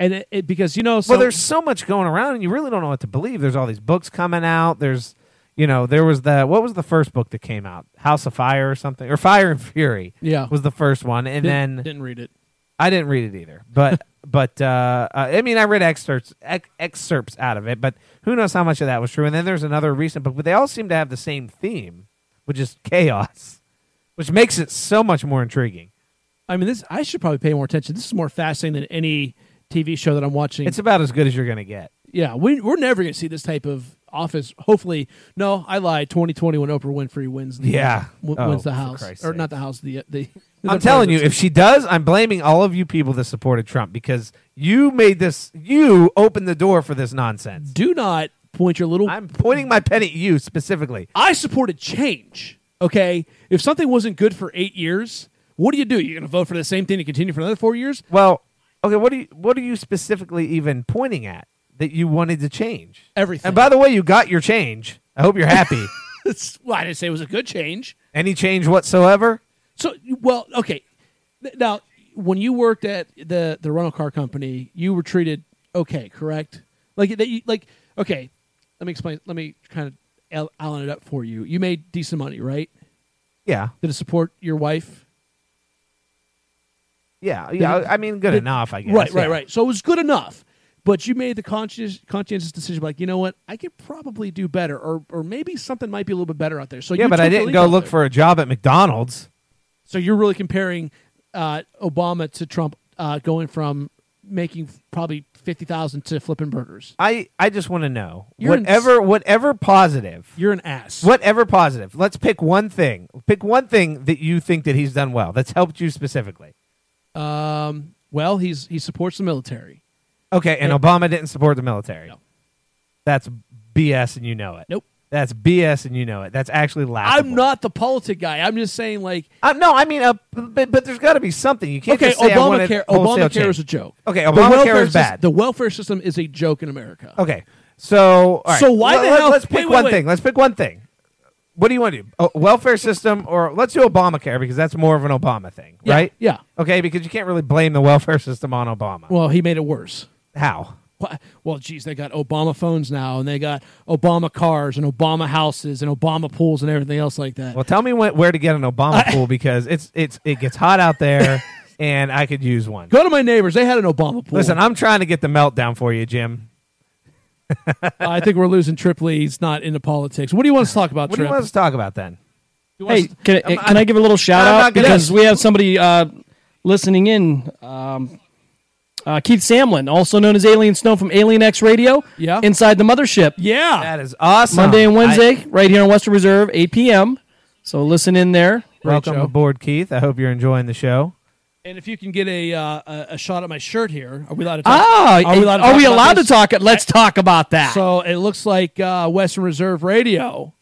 Speaker 2: And it, it because you know, so,
Speaker 3: well, there's so much going around, and you really don't know what to believe. There's all these books coming out. There's, you know, there was the what was the first book that came out? House of Fire or something, or Fire and Fury
Speaker 2: yeah,
Speaker 3: was the first one, and
Speaker 2: Didn't-
Speaker 3: then
Speaker 2: didn't read it.
Speaker 3: I didn't read it either. But but uh, uh, I mean, I read excerpts ex- excerpts out of it, but who knows how much of that was true? And then there's another recent book, but they all seem to have the same theme, which is chaos, which makes it so much more intriguing.
Speaker 2: I mean, this I should probably pay more attention. This is more fascinating than any TV show that I'm watching.
Speaker 3: It's about as good as you're gonna get.
Speaker 2: yeah, we, we're never going to see this type of office. Hopefully, no, I lied. 2020 when Oprah Winfrey wins the
Speaker 3: Yeah.
Speaker 2: w-
Speaker 3: Oh,
Speaker 2: wins the
Speaker 3: for
Speaker 2: house or
Speaker 3: Christ's
Speaker 2: not
Speaker 3: sake.
Speaker 2: the house the the.
Speaker 3: I'm telling you, if she does, I'm blaming all of you people that supported Trump because you made this, you opened the door for this nonsense.
Speaker 2: do not point your little, i
Speaker 3: I'm pointing my pen at you specifically.
Speaker 2: supported change. Okay, if something wasn't good for eight years, what do you do? You're going to vote for the same thing to continue for another four years?
Speaker 3: Well, okay, what do you, what are you specifically even pointing at that you wanted to change?
Speaker 2: Everything.
Speaker 3: And by the way, you got your change. I hope you're happy.
Speaker 2: That's well, I didn't say it was a good change.
Speaker 3: Any change whatsoever?
Speaker 2: So, well, okay. Th- Now, when you worked at the the rental car company, you were treated okay, correct? Like that, you, like okay. Let me explain. Let me kind of al- outline it up for you. You made decent money, right?
Speaker 3: Yeah,
Speaker 2: Did it support your wife?
Speaker 3: yeah, yeah. I I mean, good
Speaker 2: Did-
Speaker 3: enough, I guess.
Speaker 2: right, right,
Speaker 3: yeah.
Speaker 2: right. So it was good enough, but you made the conscious conscientious decision, like you know what, I could probably do better, or or maybe something might be a little bit better out there. So
Speaker 3: Yeah,
Speaker 2: you
Speaker 3: but I
Speaker 2: took the
Speaker 3: didn't
Speaker 2: leap
Speaker 3: go
Speaker 2: out
Speaker 3: look
Speaker 2: there.
Speaker 3: for a job at McDonald's.
Speaker 2: So you're really comparing uh, Obama to Trump uh, going from making probably 50,000 to flipping burgers.
Speaker 3: I I just want to know
Speaker 2: You're ins-
Speaker 3: whatever whatever positive
Speaker 2: You're an ass.
Speaker 3: Whatever positive. Let's pick one thing. Pick one thing that you think that he's done well that's helped you specifically.
Speaker 2: Um, well, he's he supports the military.
Speaker 3: Okay, and Obama didn't support the military.
Speaker 2: No.
Speaker 3: That's BS and you know it.
Speaker 2: Nope.
Speaker 3: That's BS and you know it. That's actually laughable.
Speaker 2: I'm not the politic guy. I'm just saying like
Speaker 3: Uh, no, I mean, uh, but, but there's got to be something. You can't
Speaker 2: okay,
Speaker 3: just say I wanted
Speaker 2: Obamacare
Speaker 3: wholesale
Speaker 2: Obamacare
Speaker 3: change.
Speaker 2: is a joke.
Speaker 3: Okay,
Speaker 2: The
Speaker 3: Obamacare
Speaker 2: welfare
Speaker 3: is bad.
Speaker 2: sys- the welfare system is a joke in America.
Speaker 3: Okay. So, all right.
Speaker 2: So why
Speaker 3: Let-
Speaker 2: the
Speaker 3: let-
Speaker 2: hell-
Speaker 3: Let's
Speaker 2: wait,
Speaker 3: pick
Speaker 2: wait,
Speaker 3: one
Speaker 2: wait.
Speaker 3: thing. Let's pick one thing. What do you want to do? Oh, welfare system or let's do Obamacare because that's more of an Obama thing,
Speaker 2: Yeah,
Speaker 3: right?
Speaker 2: yeah.
Speaker 3: Okay, because you can't really blame the welfare system on Obama.
Speaker 2: Well, he made it worse.
Speaker 3: How?
Speaker 2: Wha- Well, geez, they got Obama phones now, and they got Obama cars, and Obama houses, and Obama pools, and everything else like that.
Speaker 3: Well, tell me when, where to get an Obama pool because it's it's it gets hot out there, and I could use one.
Speaker 2: Go to my neighbors; they had an Obama pool.
Speaker 3: Listen, I'm trying to get the meltdown for you, Jim.
Speaker 2: I think we're losing Tripoli. He's not into politics. What do you want us to talk about,
Speaker 3: What do
Speaker 2: Trip?
Speaker 3: you want us to talk about then?
Speaker 4: Hey, can, I- can I give a little shout
Speaker 3: I'm
Speaker 4: out
Speaker 3: not gonna-
Speaker 4: because we have somebody uh, listening in? Um, uh, Keith Samlin, also known as Alien Snow from Alien X Radio,
Speaker 2: Yeah.
Speaker 4: inside the mothership.
Speaker 2: yeah,
Speaker 3: That is awesome.
Speaker 4: Monday and
Speaker 3: I-
Speaker 4: Wednesday, right here on Western Reserve, 8 p.m. So listen in there.
Speaker 3: welcome
Speaker 2: show.
Speaker 3: aboard, Keith. I hope you're enjoying the show.
Speaker 2: And if you can get a uh, a, a shot at my shirt here, are we allowed to talk?
Speaker 4: Ah, are we allowed,
Speaker 2: talk about
Speaker 4: to
Speaker 2: this?
Speaker 4: talk? it? Let's talk about that.
Speaker 2: So it looks like uh, Western Reserve Radio.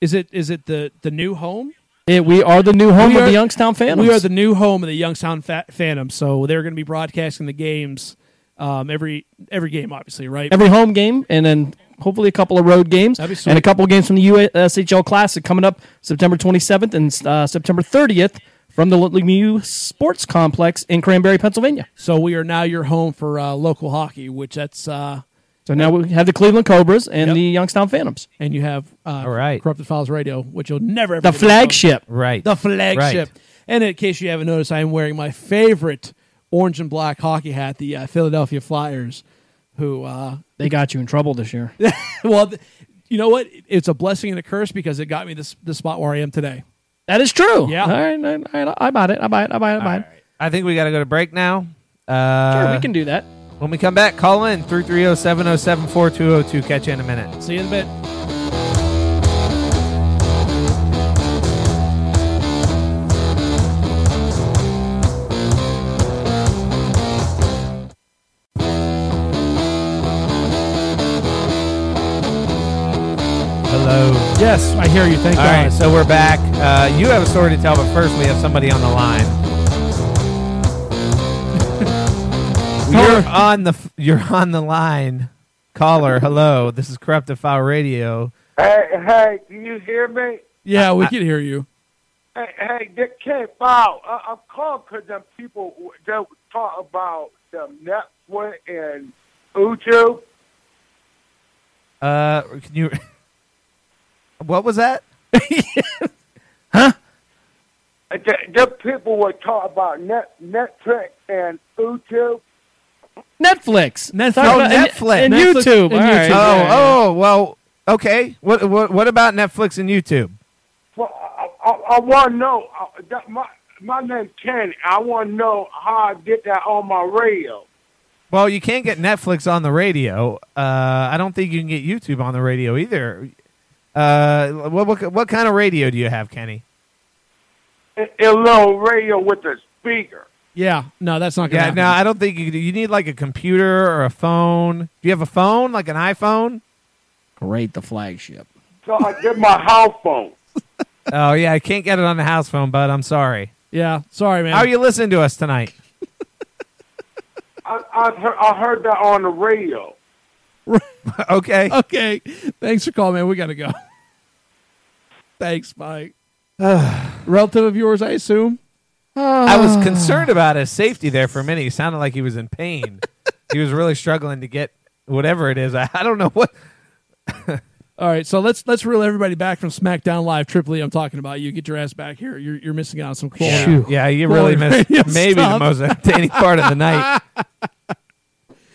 Speaker 2: Is it is it the the new home?
Speaker 4: Yeah, we are the new home
Speaker 2: We
Speaker 4: of
Speaker 2: are-
Speaker 4: the Youngstown Phantoms.
Speaker 2: We are the new home of the Youngstown Fa- Phantom. So they're going to be broadcasting the games um, every every game, obviously, right?
Speaker 4: every home game, and then hopefully a couple of road games,
Speaker 2: That'd be sweet.
Speaker 4: and a couple of games from the USHL Classic coming up September 27th and uh, September 30th from the Lemieux Sports Complex in Cranberry, Pennsylvania.
Speaker 2: so we are now your home for uh, local hockey, which that's uh,
Speaker 4: So now we have the Cleveland Cobras and
Speaker 2: Yep.
Speaker 4: the Youngstown Phantoms,
Speaker 2: and you have uh,
Speaker 3: All right.
Speaker 2: Corrupted Files Radio, which you'll never ever
Speaker 4: the
Speaker 2: get to know.
Speaker 4: flagship.
Speaker 3: Right.
Speaker 2: the flagship.
Speaker 3: Right.
Speaker 2: And in case you haven't noticed, I am wearing my favorite orange and black hockey hat, the uh, Philadelphia Flyers. Who, uh,
Speaker 4: They got you in trouble this year.
Speaker 2: well, th- you know what? It's a blessing and a curse because it got me this the spot where I am today.
Speaker 4: that is true.
Speaker 2: Yeah.
Speaker 4: All right, all right, I bought it. I buy it. I buy it. I buy it.
Speaker 3: I think we got to go to break now.
Speaker 4: Sure,
Speaker 3: Uh,
Speaker 4: we can do that.
Speaker 3: When we come back, call in oh, 330 707 4202. Catch you in a minute.
Speaker 2: See you in a bit.
Speaker 3: Hello.
Speaker 2: Yes, I hear you. Thank
Speaker 3: All right, so we're back. Uh, you have a story to tell, but first we have somebody on the line. you're on the f- you're on the line, caller. Hello, this is Corruptive File Radio.
Speaker 5: Hey, hey, can you hear me?
Speaker 2: Yeah, we can hear you.
Speaker 5: Hey, hey, Dick K. Wow, I, I'm calling 'cause them people they talk about them Netflix and Uju.
Speaker 3: Uh, can you? What was that?
Speaker 5: And The, the people were talking about net, Netflix and Uju.
Speaker 4: Netflix.
Speaker 2: Netflix.
Speaker 4: Talk
Speaker 2: Oh,
Speaker 4: about- and-
Speaker 3: Netflix.
Speaker 4: And,
Speaker 2: Netflix
Speaker 4: YouTube.
Speaker 2: and
Speaker 4: All right.
Speaker 2: YouTube.
Speaker 3: Oh,
Speaker 2: yeah,
Speaker 3: oh, well, okay. What what what about Netflix and YouTube?
Speaker 5: Well, I, I, I want to know. Uh, that, my my name's Kenny. I want to know how I did that on my radio.
Speaker 3: Well, you can't get Netflix on the radio. Uh, I don't think you can get YouTube on the radio either. Uh, what, what what kind of radio do you have, Kenny?
Speaker 5: A a little radio with a speaker.
Speaker 2: Yeah, no, that's not gonna.
Speaker 3: Yeah,
Speaker 2: happen.
Speaker 3: no, I don't think you could- you need like a computer or a phone. Do you have a phone, like an iPhone?
Speaker 4: Great, the flagship.
Speaker 5: So I did my house phone.
Speaker 3: oh yeah, I can't get it on the house phone, bud. I'm sorry.
Speaker 2: yeah. Sorry, man.
Speaker 3: How are you listening to us tonight?
Speaker 5: I, I, heard, I heard that on the radio.
Speaker 3: okay.
Speaker 2: Okay, thanks for calling, man. We gotta go. thanks, Mike. Relative of yours, I assume.
Speaker 3: I was concerned about his safety there for a minute. He sounded like he was in pain. he was really struggling to get whatever it is. I, I don't know what.
Speaker 2: All right, so let's let's reel everybody back from SmackDown Live. Tripoli, I'm talking about you. Get your ass back here. You're you're missing out on some cool.
Speaker 3: Yeah, you really
Speaker 2: Glory
Speaker 3: missed
Speaker 2: radio
Speaker 3: maybe
Speaker 2: stuff.
Speaker 3: the most entertaining part of the night.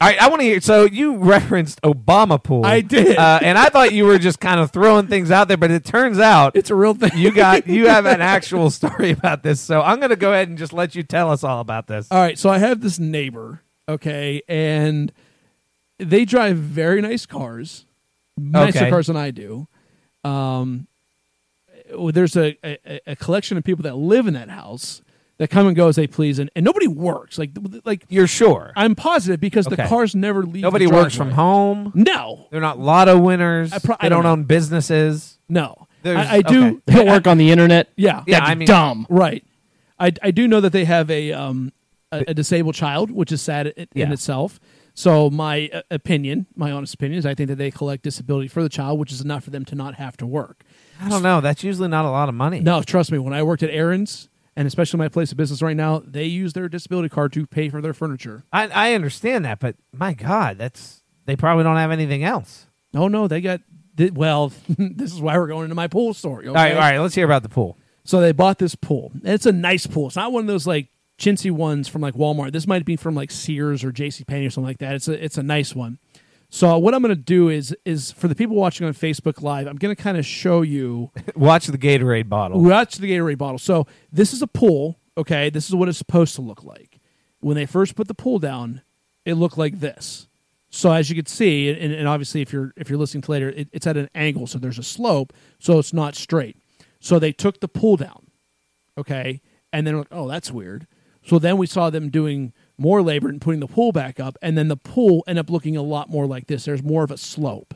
Speaker 3: All right, I want to hear. So you referenced Obama pool.
Speaker 2: I did.
Speaker 3: uh, and I thought you were just kind of throwing things out there, but it turns out
Speaker 2: It's a real thing.
Speaker 3: you got you have an actual story about this. So I'm going to go ahead and just let you tell us all about this.
Speaker 2: All right, so I have this neighbor, okay, and they drive very nice cars, nicer
Speaker 3: Okay.
Speaker 2: cars than I do. Um, well, there's a, a a collection of people that live in that house that come and go as they please, and, and nobody works. Like like
Speaker 3: You're sure
Speaker 2: I'm positive because the
Speaker 3: Okay.
Speaker 2: cars never leave. the
Speaker 3: nobody works from
Speaker 2: driveway.
Speaker 3: home.
Speaker 2: No,
Speaker 3: They're not lotto winners.
Speaker 2: I pro-
Speaker 3: they
Speaker 2: I don't
Speaker 3: don't
Speaker 2: know.
Speaker 3: own businesses.
Speaker 2: no,
Speaker 3: There's-
Speaker 2: I, I do.
Speaker 3: okay.
Speaker 4: They don't work on the internet.
Speaker 2: Yeah,
Speaker 3: Yeah,
Speaker 4: That'd be
Speaker 3: I mean-
Speaker 4: dumb.
Speaker 2: Right. I, I do know that they have a um a, a disabled child, which is sad in, in
Speaker 3: Yeah.
Speaker 2: itself. So my uh, opinion, my honest opinion, is I think that they collect disability for the child, which is enough for them to not have to work.
Speaker 3: I don't know. That's usually not a lot of money.
Speaker 2: No, trust me. When I worked at Aaron's, and especially my place of business right now, they use their disability card to pay for their furniture.
Speaker 3: I, I understand that, but my God, that's they probably don't have anything else.
Speaker 2: No, Oh, no, they got they, well. this is why we're going into my pool story.
Speaker 3: All right,
Speaker 2: okay?
Speaker 3: all right. Let's hear about the pool.
Speaker 2: So they bought this pool. And It's a nice pool. It's not one of those like chintzy ones from like Walmart. This might be from like Sears or J.C. Penney or something like that. It's a it's a nice one. So what I'm going to do is is for the people watching on Facebook Live, I'm going to kind of show you
Speaker 3: Watch the Gatorade bottle.
Speaker 2: watch the Gatorade bottle. So this is a pool. Okay, this is what it's supposed to look like. When they first put the pool down, it looked like this. So as you can see, and, and obviously if you're if you're listening to later, it, it's at an angle, so there's a slope, so it's not straight. So they took the pool down, okay, and then like, oh, that's weird. So then we saw them doing more labor and putting the pool back up, and then the pool ended up looking a lot more like this. There's more of a slope,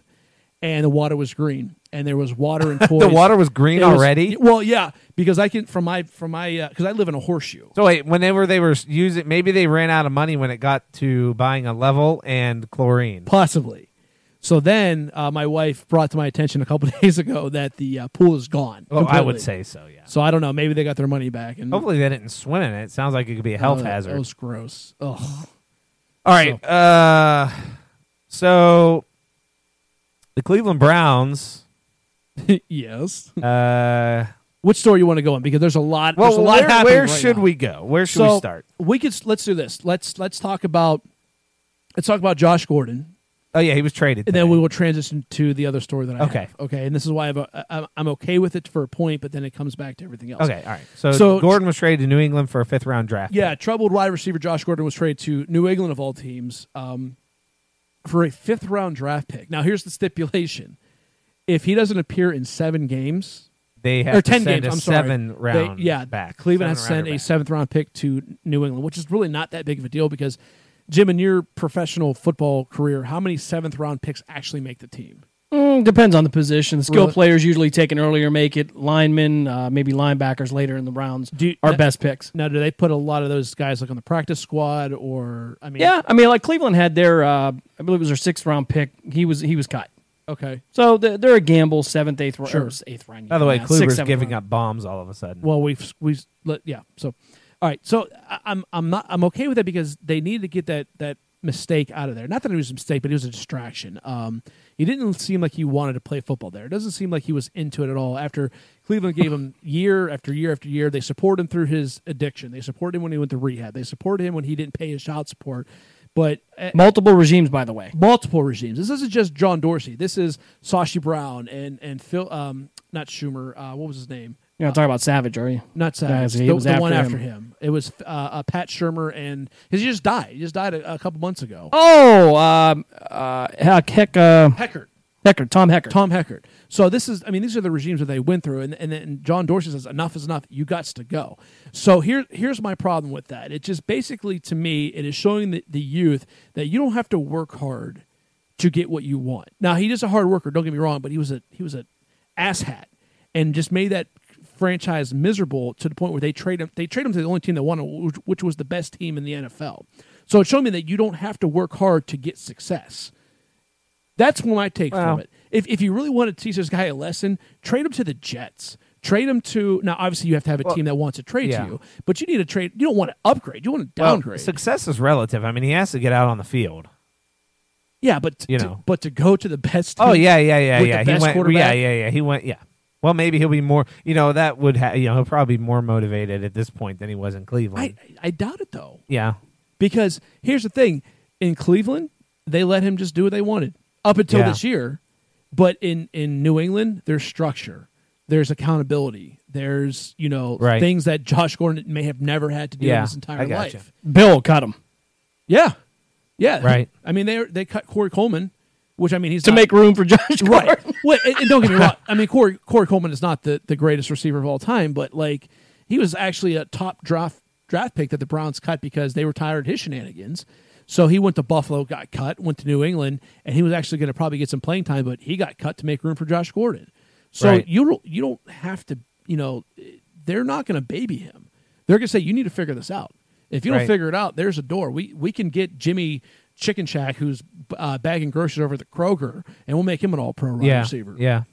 Speaker 2: and the water was green, and there was water and toys.
Speaker 3: The water was green
Speaker 2: It was-
Speaker 3: already.
Speaker 2: well, yeah, because I can from my from my because I live in a horseshoe.
Speaker 3: so wait, whenever they were using, maybe they ran out of money when it got to buying a level and chlorine.
Speaker 2: Possibly. So then uh, my wife brought to my attention a couple days ago that the uh, pool is gone.
Speaker 3: Well, Oh, I
Speaker 2: completely.
Speaker 3: would say so. Yeah.
Speaker 2: So I don't know. Maybe they got their money back. And
Speaker 3: Hopefully they didn't swim in it. It sounds like it could be a health
Speaker 2: Oh, that-
Speaker 3: hazard.
Speaker 2: That was gross. Ugh.
Speaker 3: All right. Uh, so the Cleveland Browns.
Speaker 2: yes.
Speaker 3: Uh,
Speaker 2: Which store you want to go in? Because there's a lot.
Speaker 3: well,
Speaker 2: there's a lot
Speaker 3: where,
Speaker 2: happening
Speaker 3: where
Speaker 2: right
Speaker 3: should
Speaker 2: now.
Speaker 3: we go? Where should
Speaker 2: so
Speaker 3: we start?
Speaker 2: We could. s- Let's do this. Let's let's talk about. Let's talk about Josh Gordon,
Speaker 3: Oh yeah, he was traded.
Speaker 2: and then
Speaker 3: today.
Speaker 2: we will transition to the other story that I
Speaker 3: Okay.
Speaker 2: have. Okay. And this is why I've, uh, I'm I'm okay with it for a point, but then it comes back to everything else.
Speaker 3: Okay, all right. So,
Speaker 2: So-
Speaker 3: Gordon was traded to New England for a fifth round draft.
Speaker 2: Yeah, troubled wide receiver Josh Gordon was traded to New England of all teams um, for a fifth round draft pick. Now, here's the stipulation: if he doesn't appear in seven games
Speaker 3: they have
Speaker 2: or
Speaker 3: to
Speaker 2: ten
Speaker 3: send
Speaker 2: games,
Speaker 3: a
Speaker 2: I'm sorry,
Speaker 3: seven round.
Speaker 2: they, yeah,
Speaker 3: back.
Speaker 2: Cleveland has
Speaker 3: Seven
Speaker 2: to send
Speaker 3: rounder
Speaker 2: a
Speaker 3: back.
Speaker 2: seventh round pick to New England, which is really not that big of a deal because Jim, in your professional football career, how many seventh round picks actually make the team?
Speaker 4: Mm, depends on the position. Skill
Speaker 2: Really?
Speaker 4: players usually taken earlier make it. Linemen, uh, maybe linebackers later in the rounds
Speaker 2: Do you-
Speaker 4: are
Speaker 2: that-
Speaker 4: best picks.
Speaker 2: Now, do they put a lot of those guys like on the practice squad, or I mean,
Speaker 4: Yeah, I mean, like Cleveland had their, uh, I believe it was their sixth round pick. He was he was cut.
Speaker 2: okay.
Speaker 4: So they're, they're a gamble, seventh, eighth round,
Speaker 2: Sure.
Speaker 4: or eighth round.
Speaker 3: By the way,
Speaker 4: yeah, sixth,
Speaker 3: Kluber's
Speaker 4: seventh
Speaker 3: giving
Speaker 4: round.
Speaker 3: up bombs all of a sudden.
Speaker 2: Well, we've we've let, yeah. So, all right. So I- I'm I'm not I'm okay with that because they needed to get that that mistake out of there. Not that it was a mistake, but it was a distraction. Um, he didn't seem like he wanted to play football there. It doesn't seem like he was into it at all. After Cleveland gave him year after year after year, they supported him through his addiction. They supported him when he went to rehab. They supported him when he didn't pay his child support. But uh,
Speaker 4: Multiple regimes, by the way.
Speaker 2: multiple regimes. This isn't just John Dorsey. This is Sashi Brown and and Phil. Um, not Schumer. Uh, what was his name?
Speaker 4: You're not talking about Savage, are you?
Speaker 2: Not
Speaker 4: Yeah,
Speaker 2: Savage.
Speaker 4: so he
Speaker 2: the
Speaker 4: was
Speaker 2: the one
Speaker 4: after
Speaker 2: after him. It was uh, uh, Pat Shermer and because he just died. He just died a, a couple months ago.
Speaker 4: Oh, um, uh, heck, heck, uh,
Speaker 2: Heckert,
Speaker 4: Hecker, Tom Hecker.
Speaker 2: Tom Heckert. So this is. I mean, these are the regimes that they went through, and and then John Dorsey says enough is enough. You got to go. So here here's my problem with that. It just basically to me it is showing the, the youth that you don't have to work hard to get what you want. Now he is a hard worker. Don't get me wrong, but he was a he was a asshat and just made that franchise miserable to the point where they trade him. They trade him to the only team that won, which, which was the best team in the NFL. So it showed me that you don't have to work hard to get success. That's what I take
Speaker 3: Wow.
Speaker 2: from it. If if you really want to teach this guy a lesson, trade him to the Jets. Trade him to now. Obviously, you have to have a team that wants to trade
Speaker 3: yeah.
Speaker 2: to you, but you need to trade. You don't want to upgrade. You want to
Speaker 3: Well,
Speaker 2: downgrade.
Speaker 3: success is relative. I mean, he has to get out on the field.
Speaker 2: yeah, but
Speaker 3: you
Speaker 2: to-
Speaker 3: know.
Speaker 2: but to go to the best.
Speaker 3: Oh
Speaker 2: team-
Speaker 3: yeah, yeah, yeah,
Speaker 2: With the
Speaker 3: yeah.
Speaker 2: best
Speaker 3: he went. Yeah,
Speaker 2: quarterback?
Speaker 3: yeah, yeah. He went. Yeah. Well, maybe he'll be more. You know, that would. Ha- you know, he'll probably be more motivated at this point than he was in
Speaker 2: I
Speaker 3: Cleveland.
Speaker 2: I doubt it though.
Speaker 3: yeah.
Speaker 2: Because here's the thing: in Cleveland, they let him just do what they wanted up until
Speaker 3: Yeah.
Speaker 2: this year. But in in New England, there's structure, there's accountability, there's you know
Speaker 3: Right.
Speaker 2: things that Josh Gordon may have never had to do
Speaker 3: Yeah,
Speaker 2: in his
Speaker 3: I
Speaker 2: entire life.
Speaker 3: gotcha.
Speaker 4: Bill cut him
Speaker 2: Yeah, yeah,
Speaker 3: Right.
Speaker 2: I mean, they they cut Corey Coleman, which I mean he's
Speaker 4: to
Speaker 2: not-
Speaker 4: make room for Josh.
Speaker 2: Uh, right.
Speaker 4: Gordon.
Speaker 2: Wait, and, and don't get me wrong. I mean, Corey Corey Coleman is not the, the greatest receiver of all time, but like he was actually a top draft draft pick that the Browns cut because they were tired of his shenanigans. So he went to Buffalo, got cut, went to New England, and he was actually going to probably get some playing time, but he got cut to make room for Josh Gordon. So
Speaker 3: Right.
Speaker 2: you don't you don't have to you know they're not going to baby him. They're going to say you need to figure this out. If you don't
Speaker 3: Right.
Speaker 2: figure it out, there's a door. We we can get Jimmy Chicken Shack, who's uh, bagging groceries over at the Kroger, and we'll make him an All Pro wide
Speaker 3: Yeah.
Speaker 2: receiver.
Speaker 3: Yeah.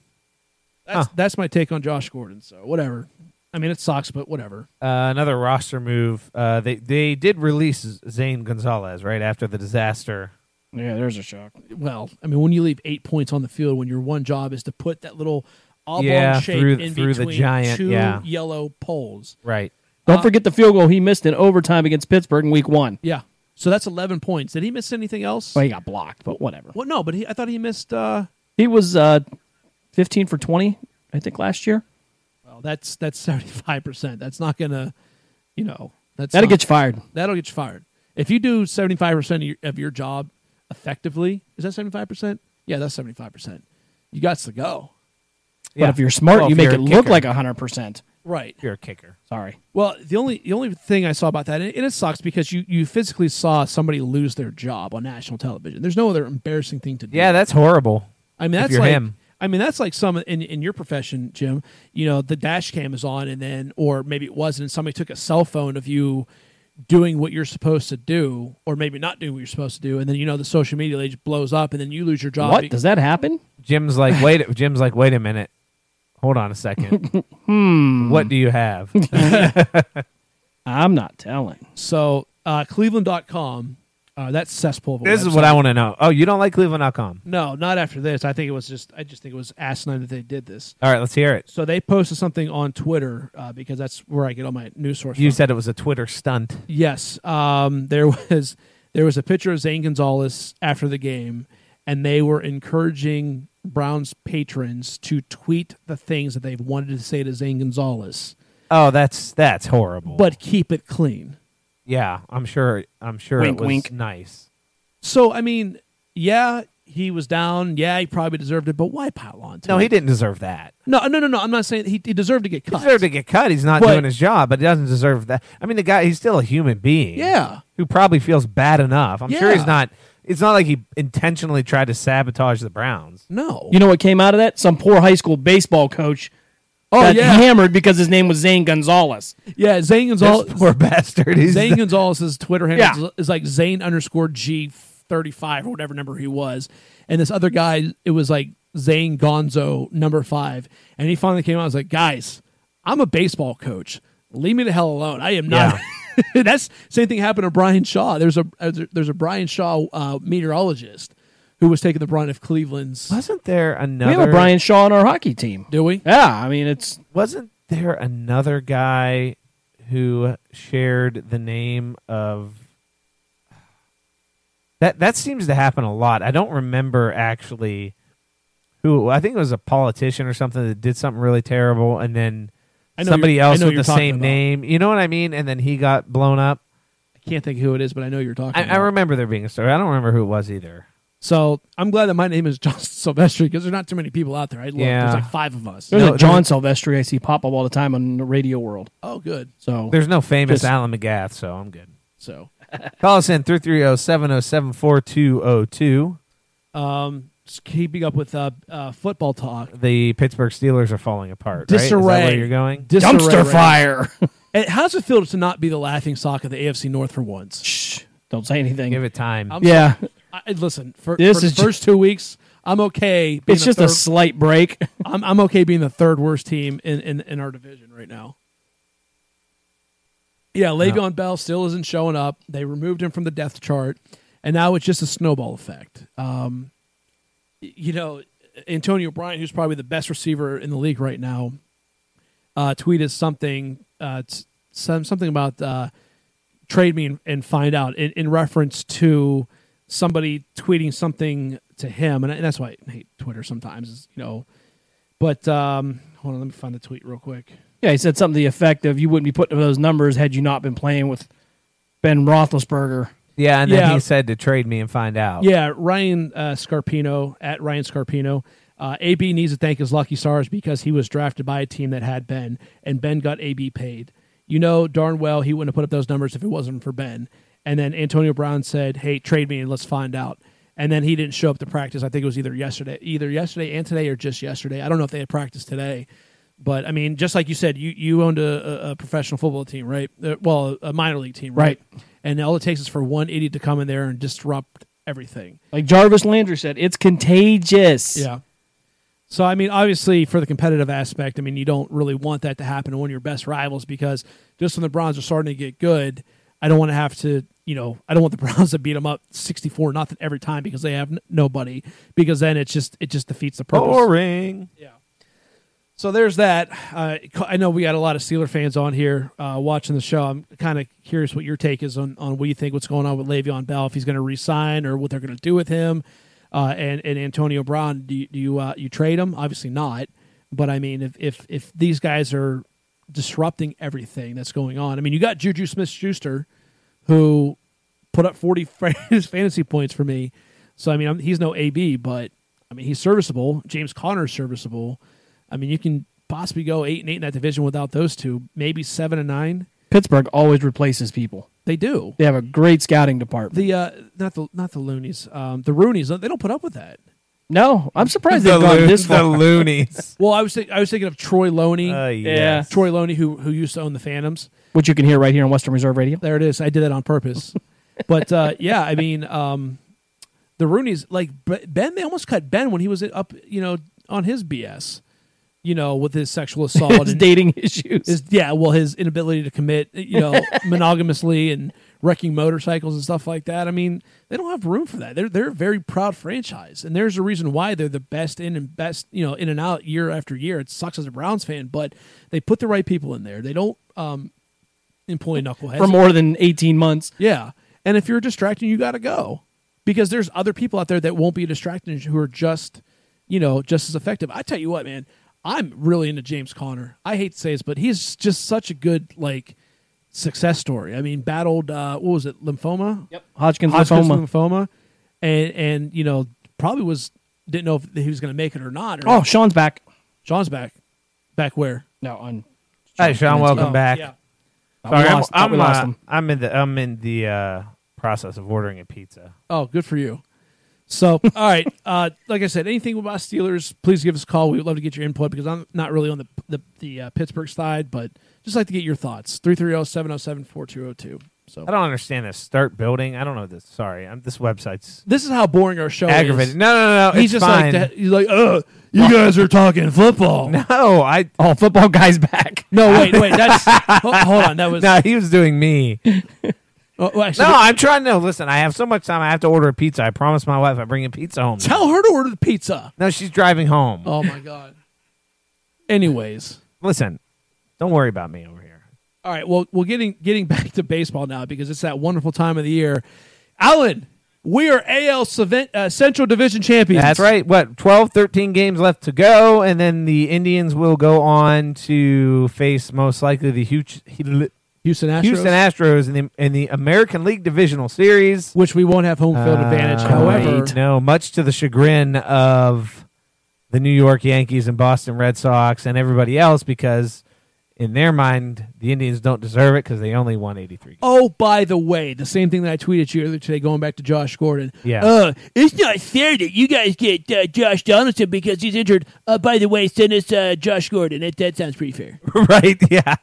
Speaker 2: That's,
Speaker 3: Huh.
Speaker 2: that's my take on Josh Gordon. So whatever. I mean, it sucks, but whatever.
Speaker 3: Uh, another roster move. Uh, they they did release Zane Gonzalez right after the disaster.
Speaker 4: Yeah, there's a shock.
Speaker 2: Well, I mean, when you leave eight points on the field, when your one job is to put that little oblong
Speaker 3: Yeah,
Speaker 2: shape
Speaker 3: through-
Speaker 2: in
Speaker 3: through the
Speaker 2: between
Speaker 3: giant,
Speaker 2: two
Speaker 3: yeah.
Speaker 2: yellow poles.
Speaker 3: Right.
Speaker 4: Don't forget the field goal he missed in overtime against Pittsburgh in week one.
Speaker 2: Yeah. So that's 11 points. Did he miss anything else?
Speaker 4: Well, he got blocked, but whatever.
Speaker 2: Well, no, but he, I thought he missed. Uh,
Speaker 4: He was uh, 15 for 20, I think, last year.
Speaker 2: well, that's that's 75%. That's not going to, you know, that's
Speaker 4: That'll
Speaker 2: not-
Speaker 4: get you fired.
Speaker 2: That'll get you fired. If you do 75% of your, of your job effectively, is that 75%? Yeah, that's 75%. You got to go.
Speaker 3: Yeah.
Speaker 4: But if you're smart,
Speaker 3: Well,
Speaker 4: you
Speaker 3: if
Speaker 4: make
Speaker 3: you're
Speaker 4: it
Speaker 3: a
Speaker 4: look
Speaker 3: kicker.
Speaker 4: like 100%.
Speaker 2: Right.
Speaker 3: You're a kicker.
Speaker 4: Sorry.
Speaker 2: Well, the only the only thing I saw about that, and it sucks because you, you physically saw somebody lose their job on national television. There's no other embarrassing thing to do.
Speaker 3: Yeah, that's horrible.
Speaker 2: I mean
Speaker 3: if
Speaker 2: that's
Speaker 3: you're
Speaker 2: like
Speaker 3: him.
Speaker 2: I mean that's like some in in your profession, Jim. You know the dash cam is on, and then or maybe it wasn't, and somebody took a cell phone of you doing what you're supposed to do, or maybe not doing what you're supposed to do, and then you know the social media age blows up, and then you lose your job.
Speaker 4: What? Does that happen?
Speaker 3: Jim's like, wait. Jim's like, wait a minute. Hold on a second. hmm. What do you have?
Speaker 4: I'm not telling.
Speaker 2: so uh, Cleveland.com, uh, that's cesspool. Of a
Speaker 3: this is
Speaker 2: website.
Speaker 3: what I want to know. Oh, you don't like Cleveland.com?
Speaker 2: No, not after this. I think it was just. I just think it was asinine that they did this.
Speaker 3: All right, let's hear it.
Speaker 2: So they posted something on Twitter uh, because that's where I get all my news sources.
Speaker 3: You said it was a Twitter stunt.
Speaker 2: Yes, um, there was there was a picture of Zane Gonzalez after the game, and they were encouraging Browns patrons to tweet the things that they've wanted to say to Zane Gonzalez,
Speaker 3: Oh, that's that's horrible.
Speaker 2: but keep it clean.
Speaker 3: yeah, I'm sure. I'm sure
Speaker 4: Wink,
Speaker 3: it was
Speaker 4: wink.
Speaker 3: nice.
Speaker 2: So I mean, yeah, he was down. Yeah, he probably deserved it, but why pile on? To
Speaker 3: No, he
Speaker 2: it?
Speaker 3: didn't deserve that.
Speaker 2: No, no, no, no. I'm not saying he, he deserved to get
Speaker 3: He
Speaker 2: cut.
Speaker 3: deserved to get cut. He's not
Speaker 2: But-
Speaker 3: doing his job, but he doesn't deserve that. I mean, the guy, he's still a human being.
Speaker 2: Yeah.
Speaker 3: Who probably feels bad enough. I'm sure
Speaker 2: Yeah.
Speaker 3: he's not. It's not like he intentionally tried to sabotage the Browns.
Speaker 2: no,
Speaker 4: You know what came out of that? Some poor high school baseball coach
Speaker 2: Oh,
Speaker 4: got
Speaker 2: yeah.
Speaker 4: hammered because his name was Zane Gonzalez.
Speaker 2: yeah, Zane Gonzalez.
Speaker 3: this poor bastard. He's
Speaker 2: Zane Gonzalez's Twitter handle
Speaker 4: Yeah.
Speaker 2: is, is like Zane underscore G thirty five or whatever number he was, and this other guy it was like Zane Gonzo number five, and he finally came out. and was like, guys, I'm a baseball coach. Leave me the hell alone. I am not. That's same thing happened to Brian Shaw. There's a there's a Brian Shaw uh, meteorologist who was taking the brunt of Cleveland's.
Speaker 3: wasn't there another.
Speaker 4: We have a Brian Shaw on our hockey team.
Speaker 2: Do we?
Speaker 4: Yeah, I mean, it's
Speaker 3: Wasn't there another guy who shared the name of. That, that seems to happen a lot. I don't remember actually who. I think it was a politician or something that did something really terrible, and then
Speaker 2: I know
Speaker 3: somebody
Speaker 2: you're- I
Speaker 3: else
Speaker 2: know
Speaker 3: with
Speaker 2: you're
Speaker 3: the
Speaker 2: talking
Speaker 3: same
Speaker 2: about.
Speaker 3: name. You know what I mean? And then he got blown up.
Speaker 2: I can't think who it is, but I know you're talking.
Speaker 3: I, I
Speaker 2: about.
Speaker 3: remember there being a story. I don't remember who it was either.
Speaker 2: So I'm glad that my name is John Silvestri because there's not too many people out there. I look,
Speaker 3: Yeah.
Speaker 2: there's like five of us.
Speaker 4: there's
Speaker 3: No,
Speaker 4: a John Silvestri I see pop up all the time on the radio world.
Speaker 2: Oh, good.
Speaker 4: So
Speaker 3: There's no famous
Speaker 4: Just-
Speaker 3: Alan McGath, so I'm good.
Speaker 2: So,
Speaker 3: Call us in 330 707 4202.
Speaker 2: um, s- keeping up with uh, uh, football talk,
Speaker 3: The Pittsburgh Steelers are falling apart. Right? Is that
Speaker 2: disarray.
Speaker 3: where you're going?
Speaker 2: Disarray
Speaker 4: dumpster
Speaker 2: right
Speaker 4: fire.
Speaker 2: now. And how's it feel to not be the laughing stock of the AFC North for once?
Speaker 4: Shh, don't say anything.
Speaker 3: Give it time.
Speaker 2: I'm
Speaker 4: yeah,
Speaker 2: I, I- listen, for,
Speaker 4: This
Speaker 2: for
Speaker 4: is
Speaker 2: the first two weeks, I'm okay. Being
Speaker 4: it's just
Speaker 2: the
Speaker 4: a
Speaker 2: third,
Speaker 4: slight break.
Speaker 2: I'm, I'm okay being the third worst team in, in, in our division right now. Yeah, Le'Veon Bell still isn't showing up. They removed him from the death chart, and now it's just a snowball effect. Um, y- you know, Antonio Bryant, who's probably the best receiver in the league right now, uh, tweeted something uh, t- some something about uh, trade me and, and find out in, in reference to somebody tweeting something to him, and, I- and that's why I hate Twitter sometimes. Is, you know, but um, hold on, let me find the tweet real quick.
Speaker 4: yeah, he said something to the effect of, "You wouldn't be putting up those numbers had you not been playing with Ben Roethlisberger."
Speaker 3: yeah, and then
Speaker 2: yeah.
Speaker 3: he said to trade me and find out.
Speaker 2: Yeah, Ryan uh, Scarpino at Ryan Scarpino. Uh, AB needs to thank his lucky stars because he was drafted by a team that had Ben, and Ben got AB paid. You know darn well he wouldn't have put up those numbers if it wasn't for Ben. And then Antonio Brown said, "Hey, trade me and let's find out." And then he didn't show up to practice. I think it was either yesterday, either yesterday and today, or just yesterday. I don't know if they had practice today, but I mean, just like you said, you you owned a, a- a professional football team, right? Uh, well, a minor league team, right? And all it takes is for one idiot to come in there and disrupt everything.
Speaker 4: Like Jarvis Landry said, it's contagious.
Speaker 2: Yeah. So I mean, obviously, for the competitive aspect, I mean, you don't really want that to happen to one of your best rivals because just when the Browns are starting to get good, I don't want to have to, you know, I don't want the Browns to beat them up sixty-four nothing every time because they have n- nobody. Because then it's just it just defeats the purpose.
Speaker 3: Boring.
Speaker 2: So there's that. Uh, I know we got a lot of Steeler fans on here uh, watching the show. I'm kind of curious what your take is on, on what you think what's going on with Le'Veon Bell, if he's going to resign or what they're going to do with him, uh, and and Antonio Brown. Do you do you, uh, you trade him? Obviously not. But I mean, if if if these guys are disrupting everything that's going on, I mean, you got Juju Smith-Schuster, who put up 40 fantasy points for me. So I mean, I'm, he's no AB, but I mean, he's serviceable. James Conner's serviceable. I mean, you can possibly go eight and eight in that division without those two, maybe seven and nine.
Speaker 4: Pittsburgh always replaces people.
Speaker 2: They do.
Speaker 4: They have a great scouting department.
Speaker 2: The uh, not the not the loonies, um, the Roonies. They don't put up with that.
Speaker 4: No, I'm surprised they've gone
Speaker 3: loo-
Speaker 4: this
Speaker 3: the
Speaker 4: far.
Speaker 3: loonies.
Speaker 2: Well, I was think, I was thinking of Troy Loney,
Speaker 3: Uh,
Speaker 4: Yeah.
Speaker 3: yes.
Speaker 2: Troy Loney who who used to own the Phantoms.
Speaker 4: which you can hear right here on Western Reserve Radio.
Speaker 2: There it is. I did that on purpose. but uh, yeah, I mean, um, the Rooney's like B- Ben. They almost cut Ben when he was up, you know, on his BS, you know, with his sexual assault
Speaker 4: His
Speaker 2: and
Speaker 4: dating issues.
Speaker 2: His, yeah, well, his inability to commit, you know, monogamously and wrecking motorcycles and stuff like that. I mean, they don't have room for that. They're they're a very proud franchise, and there's a reason why they're the best in and best, you know, in and out year after year. It sucks as a Browns fan, but they put the right people in there. They don't um, employ knuckleheads
Speaker 4: for more than 18 months.
Speaker 2: yeah. And if you're distracting, you got to go because there's other people out there that won't be distracting who are just, you know, just as effective. I tell you what, man, I'm really into James Conner. I hate to say this, but he's just such a good, like, success story. I mean, battled, uh, what was it, lymphoma? Yep.
Speaker 4: Hodgkin's
Speaker 2: Hodgkin's
Speaker 4: lymphoma.
Speaker 2: lymphoma. And, and, you know, probably was, didn't know if he was going to make it or not. Or
Speaker 4: Oh, Sean's back.
Speaker 2: Sean's back. Back where?
Speaker 4: No, on.
Speaker 3: Hey, Sean, welcome
Speaker 2: Oh,
Speaker 3: back.
Speaker 2: yeah.
Speaker 3: Sorry,
Speaker 4: lost- thought
Speaker 3: I'm,
Speaker 4: we
Speaker 3: I'm,
Speaker 4: lost
Speaker 3: uh,
Speaker 4: him.
Speaker 3: I'm in the I'm in the uh, process of ordering a pizza.
Speaker 2: Oh, good for you. So, all right. Uh, like I said, anything about Steelers, please give us a call. We would love to get your input because I'm not really on the the, the uh, Pittsburgh side, but just like to get your thoughts. oh, 330-707-4202. So
Speaker 3: I don't understand this. Start building. I don't know this. Sorry, I'm, this website's
Speaker 2: this is how boring our show
Speaker 3: aggravated.
Speaker 2: is.
Speaker 3: No, no, no.
Speaker 2: he's
Speaker 3: it's
Speaker 2: just like
Speaker 3: fine.
Speaker 2: that. He's like, oh, you guys are talking football. No,
Speaker 3: No, I.
Speaker 4: Oh, football guy's back.
Speaker 2: wait, wait. That's ho- hold on. That was
Speaker 3: No, he was doing me. No,
Speaker 2: oh, well, actually,
Speaker 3: I'm trying to listen. I have so much time. I have to order a pizza. I promised my wife I'm bringing pizza home.
Speaker 2: tell her to order the pizza.
Speaker 3: No, she's driving home.
Speaker 2: Oh my god. Anyways.
Speaker 3: Listen, don't worry about me over here.
Speaker 2: All right. Well, well, getting getting back to baseball now because it's that wonderful time of the year. Alan, we are AL Seven- uh, Central Division champions.
Speaker 3: That's right. What 12, 13 games left to go, and then the Indians will go on to face most likely the huge.
Speaker 2: Houston Astros,
Speaker 3: Houston Astros in the in the American League Divisional Series.
Speaker 2: which we won't have home field advantage.
Speaker 3: Uh,
Speaker 2: However,
Speaker 3: no, much to the chagrin of the New York Yankees and Boston Red Sox and everybody else, because in their mind the Indians don't deserve it because they only won eighty three.
Speaker 2: oh, by the way, the same thing that I tweeted you earlier today, going back to Josh Gordon.
Speaker 3: Yeah.
Speaker 2: Uh, it's not fair that you guys get uh, Josh Donaldson because he's injured. Uh, by the way, send us uh, Josh Gordon. That, that sounds pretty fair.
Speaker 3: right? Yeah.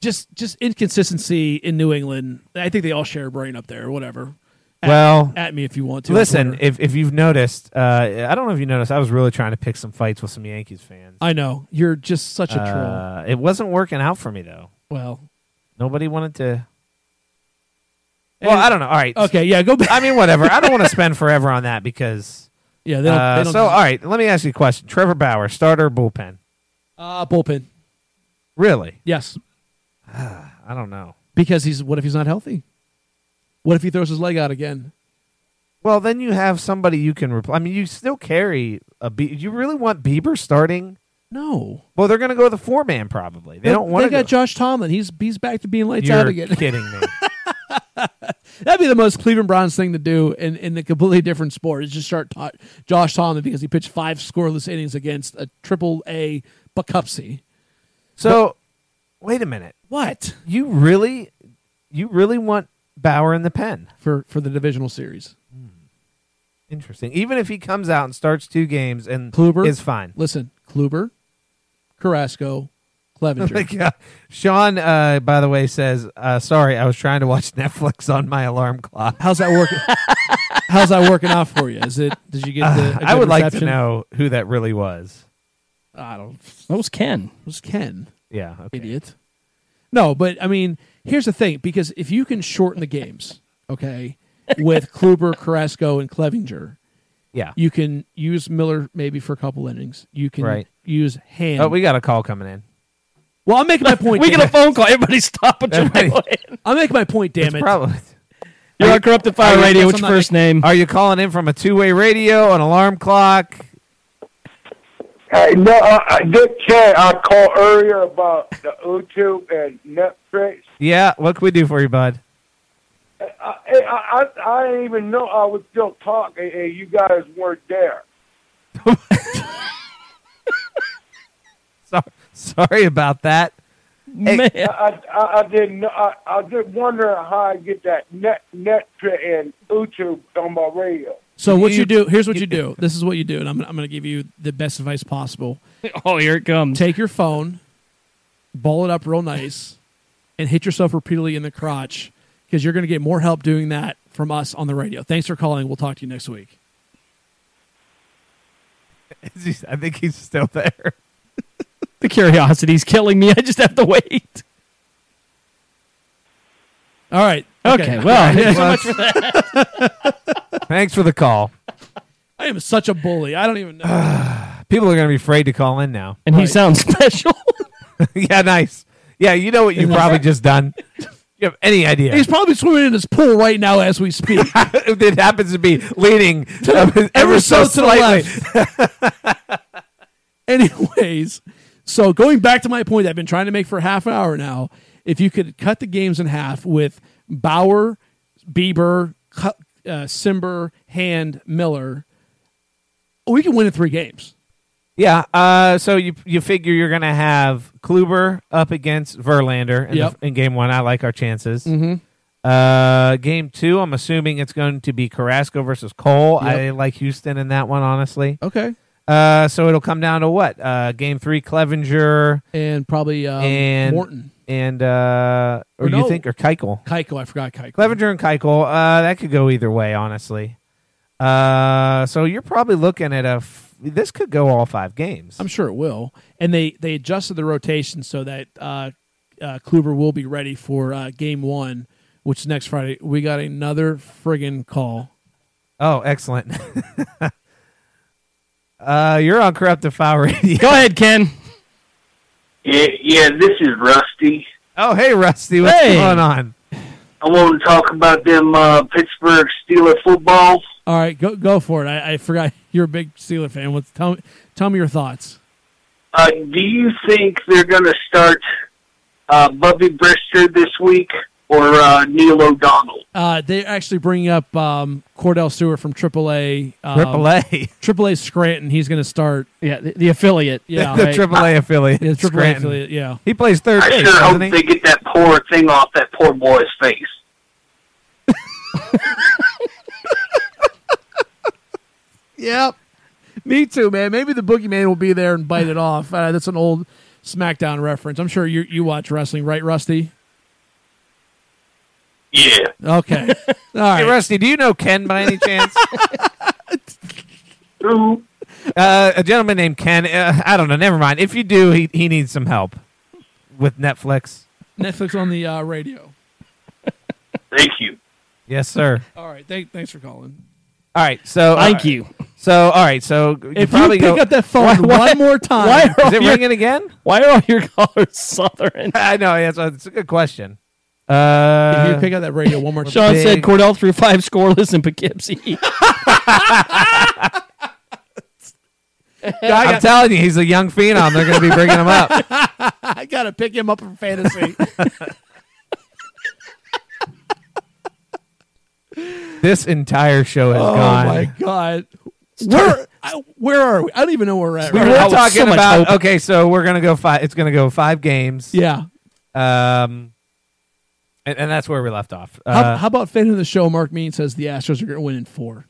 Speaker 2: Just just inconsistency in New England. I think they all share a brain up there. Whatever. At-
Speaker 3: Well,
Speaker 2: at me if you want to. on
Speaker 3: listen.
Speaker 2: Twitter.
Speaker 3: If if you've noticed, uh, I don't know if you noticed, I was really trying to pick some fights with some Yankees fans.
Speaker 2: I know you're just such a troll.
Speaker 3: Uh, it wasn't working out for me though.
Speaker 2: Well,
Speaker 3: Nobody wanted to. Well, I don't know. All right.
Speaker 2: okay, yeah, go back.
Speaker 3: I mean, whatever. I don't want to spend forever on that because.
Speaker 2: Yeah, they don't.
Speaker 3: uh,
Speaker 2: they don't
Speaker 3: so, all right, let me ask you a question. Trevor Bauer, starter or bullpen?
Speaker 2: uh, bullpen.
Speaker 3: Really?
Speaker 2: Yes,
Speaker 3: I don't know.
Speaker 2: because he's. What if he's not healthy? What if he throws his leg out again?
Speaker 3: Well, then you have somebody you can repl I mean, you still carry a. Be- you really want Bieber starting?
Speaker 2: No,
Speaker 3: Well, they're going to go with a four man probably. They don't want
Speaker 2: They
Speaker 3: to.
Speaker 2: got Josh Tomlin. He's he's back to being lights
Speaker 3: You're
Speaker 2: out again.
Speaker 3: kidding me.
Speaker 2: That'd be the most Cleveland Browns thing to do in in a completely different sport is just start ta- Josh Tomlin because he pitched five scoreless innings against a Triple A Buckupsy.
Speaker 3: So, wait a minute.
Speaker 2: What
Speaker 3: You really, you really want Bauer in the pen?
Speaker 2: for for the divisional series?
Speaker 3: Interesting. Even if he comes out and starts two games and
Speaker 2: Kluber?
Speaker 3: is fine.
Speaker 2: Listen, Kluber, Carrasco, Clevenger.
Speaker 3: Like, uh, Sean, uh, by the way, says, uh, "Sorry, I was trying to watch Netflix on my alarm clock."
Speaker 2: How's that working? How's that working out for you? Is it? Did you get? The, a
Speaker 3: Uh, I
Speaker 2: good
Speaker 3: would like to
Speaker 2: reception?
Speaker 3: know who that really was.
Speaker 2: I don't.
Speaker 4: That was Ken.
Speaker 2: It was Ken.
Speaker 3: Yeah. Okay.
Speaker 2: idiot. No, but I mean, here's the thing: because if you can shorten the games, okay, with Kluber, Carrasco, and Clevinger,
Speaker 3: Yeah.
Speaker 2: you can use Miller maybe for a couple innings. You can
Speaker 3: Right.
Speaker 2: use Hand.
Speaker 3: Oh, we got a call coming in.
Speaker 2: well, I'm making my point.
Speaker 4: we
Speaker 2: damn
Speaker 4: get a
Speaker 2: it.
Speaker 4: phone call. Everybody stop what you're
Speaker 3: Everybody-
Speaker 4: doing.
Speaker 2: I'm making my point. Damn
Speaker 3: It's
Speaker 2: it!
Speaker 3: probably-
Speaker 4: You're on Corrupted Fire
Speaker 2: I-
Speaker 4: Radio.
Speaker 2: guess
Speaker 4: What's
Speaker 2: I'm
Speaker 4: your
Speaker 2: not
Speaker 4: first name?
Speaker 3: Are you calling in from a two-way radio, an alarm clock?
Speaker 5: Hey, no, uh, I, I did care. I called earlier about the YouTube and Netflix.
Speaker 3: Yeah. What can we do for you, bud?
Speaker 5: I, I, I, I didn't even know I was still talking, and you guys weren't there.
Speaker 3: So, sorry about that.
Speaker 4: Man.
Speaker 5: I, I, I didn't. know- I, I was just wondering how I get that net Netflix and YouTube on my radio.
Speaker 2: So what you,
Speaker 3: You-
Speaker 2: do? Here's what you do. This is what you do, and I'm I'm going to give you the best advice possible.
Speaker 4: Oh, here it comes.
Speaker 2: Take your phone, ball it up real nice, and hit yourself repeatedly in the crotch because you're going to get more help doing that from us on the radio. Thanks for calling. We'll talk to you next week.
Speaker 3: I think he's still there.
Speaker 4: The curiosity's killing me. I just have to wait.
Speaker 2: All right.
Speaker 4: Okay, well,
Speaker 3: Thanks for the call.
Speaker 2: I am such a bully. I don't even know.
Speaker 3: People are going to be afraid to call in now.
Speaker 4: and he
Speaker 2: Right.
Speaker 4: sounds special.
Speaker 3: yeah, nice. Yeah, you know what you've probably just done. You have any idea?
Speaker 2: He's probably swimming in his pool right now as we speak.
Speaker 3: it happens to be leaning ever,
Speaker 2: Ever so to the
Speaker 3: slightly.
Speaker 2: left. Anyways, so going back to my point I've been trying to make for half an hour now, if you could cut the games in half with Bauer, Bieber, Cu- uh, Simber, Hand, Miller, we can win in three games.
Speaker 3: Yeah. Uh, so you you figure you're going to have Kluber up against Verlander in, the-
Speaker 2: Yep. Mm-hmm.
Speaker 3: in game one. I like our chances. Uh, game two, I'm assuming it's going to be Carrasco versus Cole.
Speaker 2: Yep.
Speaker 3: I like Houston in that one, honestly.
Speaker 2: Okay.
Speaker 3: Uh, so it'll come down to what? Uh, game three, Clevenger
Speaker 2: And probably um,
Speaker 3: and
Speaker 2: Morton.
Speaker 3: and uh, or,
Speaker 2: Or
Speaker 3: you
Speaker 2: no.
Speaker 3: think or Keuchel.
Speaker 2: Keiko, I forgot Keiko.
Speaker 3: Clevenger and Keuchel. Uh, that could go either way, honestly. Uh, so you're probably looking at a. F- this could go all five games.
Speaker 2: I'm sure it will. And they they adjusted the rotation so that uh, uh, Kluber will be ready for uh, game one, which is next Friday. We got another friggin' call.
Speaker 3: oh, excellent. uh, you're on Corruptive File Radio.
Speaker 4: Go ahead, Ken.
Speaker 6: Yeah, yeah, this is Rusty.
Speaker 3: Oh, hey, Rusty. What's
Speaker 4: Hey.
Speaker 3: going on?
Speaker 6: I want to talk about them uh, Pittsburgh Steelers football.
Speaker 2: All right, go go for it. I, I forgot you're a big Steeler fan. What's tell me tell me your thoughts.
Speaker 6: Uh, do you think they're going to start uh, Bubby Brister this week or uh, Neil O'Donnell?
Speaker 2: Uh, they're actually bringing up um, Cordell Stewart from AAA. Um,
Speaker 3: Triple A.
Speaker 2: AAA Scranton. He's going to start.
Speaker 4: Yeah, the, the affiliate.
Speaker 2: Yeah,
Speaker 3: the
Speaker 2: right.
Speaker 3: Triple A affiliate.
Speaker 2: Yeah, AAA
Speaker 3: Scranton.
Speaker 2: affiliate. Yeah.
Speaker 3: He plays third
Speaker 6: I
Speaker 3: base,
Speaker 6: sure hope
Speaker 3: doesn't he?
Speaker 6: they get that poor thing off that poor boy's face.
Speaker 2: Yep. Me too, man. Maybe the boogeyman will be there and bite it off. Uh, that's an old SmackDown reference. I'm sure you you watch wrestling, right, Rusty?
Speaker 6: Yeah.
Speaker 2: Okay. All right.
Speaker 3: Hey, Rusty, do you know Ken by any chance?
Speaker 6: Who?
Speaker 3: uh, a gentleman named Ken. Uh, I don't know. Never mind. If you do, he, he needs some help with Netflix.
Speaker 2: Netflix on the uh, radio.
Speaker 6: Thank you.
Speaker 3: Yes, sir.
Speaker 2: All right. Thank, thanks for calling.
Speaker 3: All right. So
Speaker 4: Thank you.
Speaker 3: So all right. So you
Speaker 2: If you,
Speaker 3: probably
Speaker 2: pick
Speaker 3: go-
Speaker 2: up that phone
Speaker 3: Why- why-
Speaker 2: one more time,
Speaker 4: Why are,
Speaker 3: Is it
Speaker 4: all your,
Speaker 3: ringing again?
Speaker 4: why are all your callers Southern?
Speaker 3: I know. Yeah, so it's a good question.
Speaker 2: if you
Speaker 3: Uh,
Speaker 2: pick up that radio one more time,
Speaker 4: Sean said
Speaker 3: Big-
Speaker 4: Cordell threw five scoreless in Poughkeepsie.
Speaker 3: I'm telling you, he's a young phenom. They're going to be bringing him up.
Speaker 2: I gotta pick him up for fantasy.
Speaker 3: This entire show has
Speaker 2: oh
Speaker 3: gone.
Speaker 2: my god. Where I, where are we? I don't even know where we're at.
Speaker 3: We
Speaker 2: right
Speaker 3: were
Speaker 2: now.
Speaker 4: That was
Speaker 3: talking
Speaker 4: so much
Speaker 3: about
Speaker 4: hope.
Speaker 3: okay, so we're going to go five. It's going to go five games.
Speaker 2: yeah.
Speaker 3: Um, and, and that's where we left off. Uh,
Speaker 2: How, how about fan of the show? Mark Mean says the Astros are going to win in four.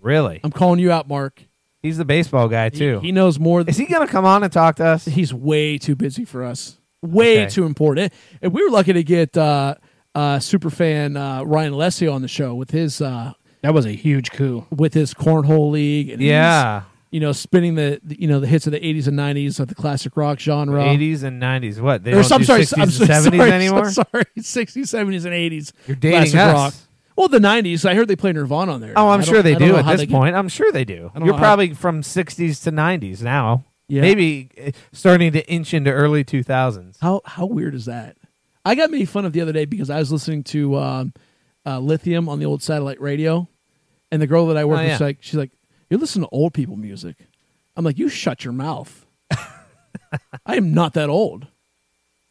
Speaker 3: really?
Speaker 2: I'm calling you out, Mark.
Speaker 3: He's the baseball guy
Speaker 2: He,
Speaker 3: too.
Speaker 2: he knows more. Than,
Speaker 3: Is he going to come on and talk to us?
Speaker 2: he's way too busy for us. Way
Speaker 3: Okay.
Speaker 2: too important. And we were lucky to get uh, uh, super fan uh, Ryan Alessio on the show with his uh,
Speaker 4: That was a huge coup.
Speaker 2: with his cornhole league. And
Speaker 3: Yeah.
Speaker 2: he's, you know, spinning the, the- you know the hits of the '80s and '90s of the classic rock genre.
Speaker 3: 80s and 90s. What? They
Speaker 2: Or
Speaker 3: don't
Speaker 2: so- I'm
Speaker 3: do
Speaker 2: sorry,
Speaker 3: 60s
Speaker 2: I'm
Speaker 3: and
Speaker 2: so
Speaker 3: 70s
Speaker 2: sorry,
Speaker 3: anymore?
Speaker 2: So sorry, 60s, 70s, and 80s.
Speaker 3: You're dating
Speaker 2: classic
Speaker 3: us.
Speaker 2: rock. Well, the 90s. I heard they play Nirvana on there.
Speaker 3: Oh, I'm
Speaker 2: I don't-
Speaker 3: sure they
Speaker 2: I don't
Speaker 3: do
Speaker 2: know
Speaker 3: at
Speaker 2: how
Speaker 3: this
Speaker 2: they get-
Speaker 3: point. I'm sure they do.
Speaker 2: I don't
Speaker 3: You're
Speaker 2: know how-
Speaker 3: probably from 60s to 90s now.
Speaker 2: Yeah.
Speaker 3: Maybe eh, starting to inch into early 2000s.
Speaker 2: How how weird is that? I got made fun of the other day because I was listening to um, uh, Lithium on the old satellite radio, and the girl that I work
Speaker 3: Oh,
Speaker 2: with,
Speaker 3: yeah.
Speaker 2: she's like, she's like, you're listening to old people music. I'm like, you shut your mouth. I am not that old.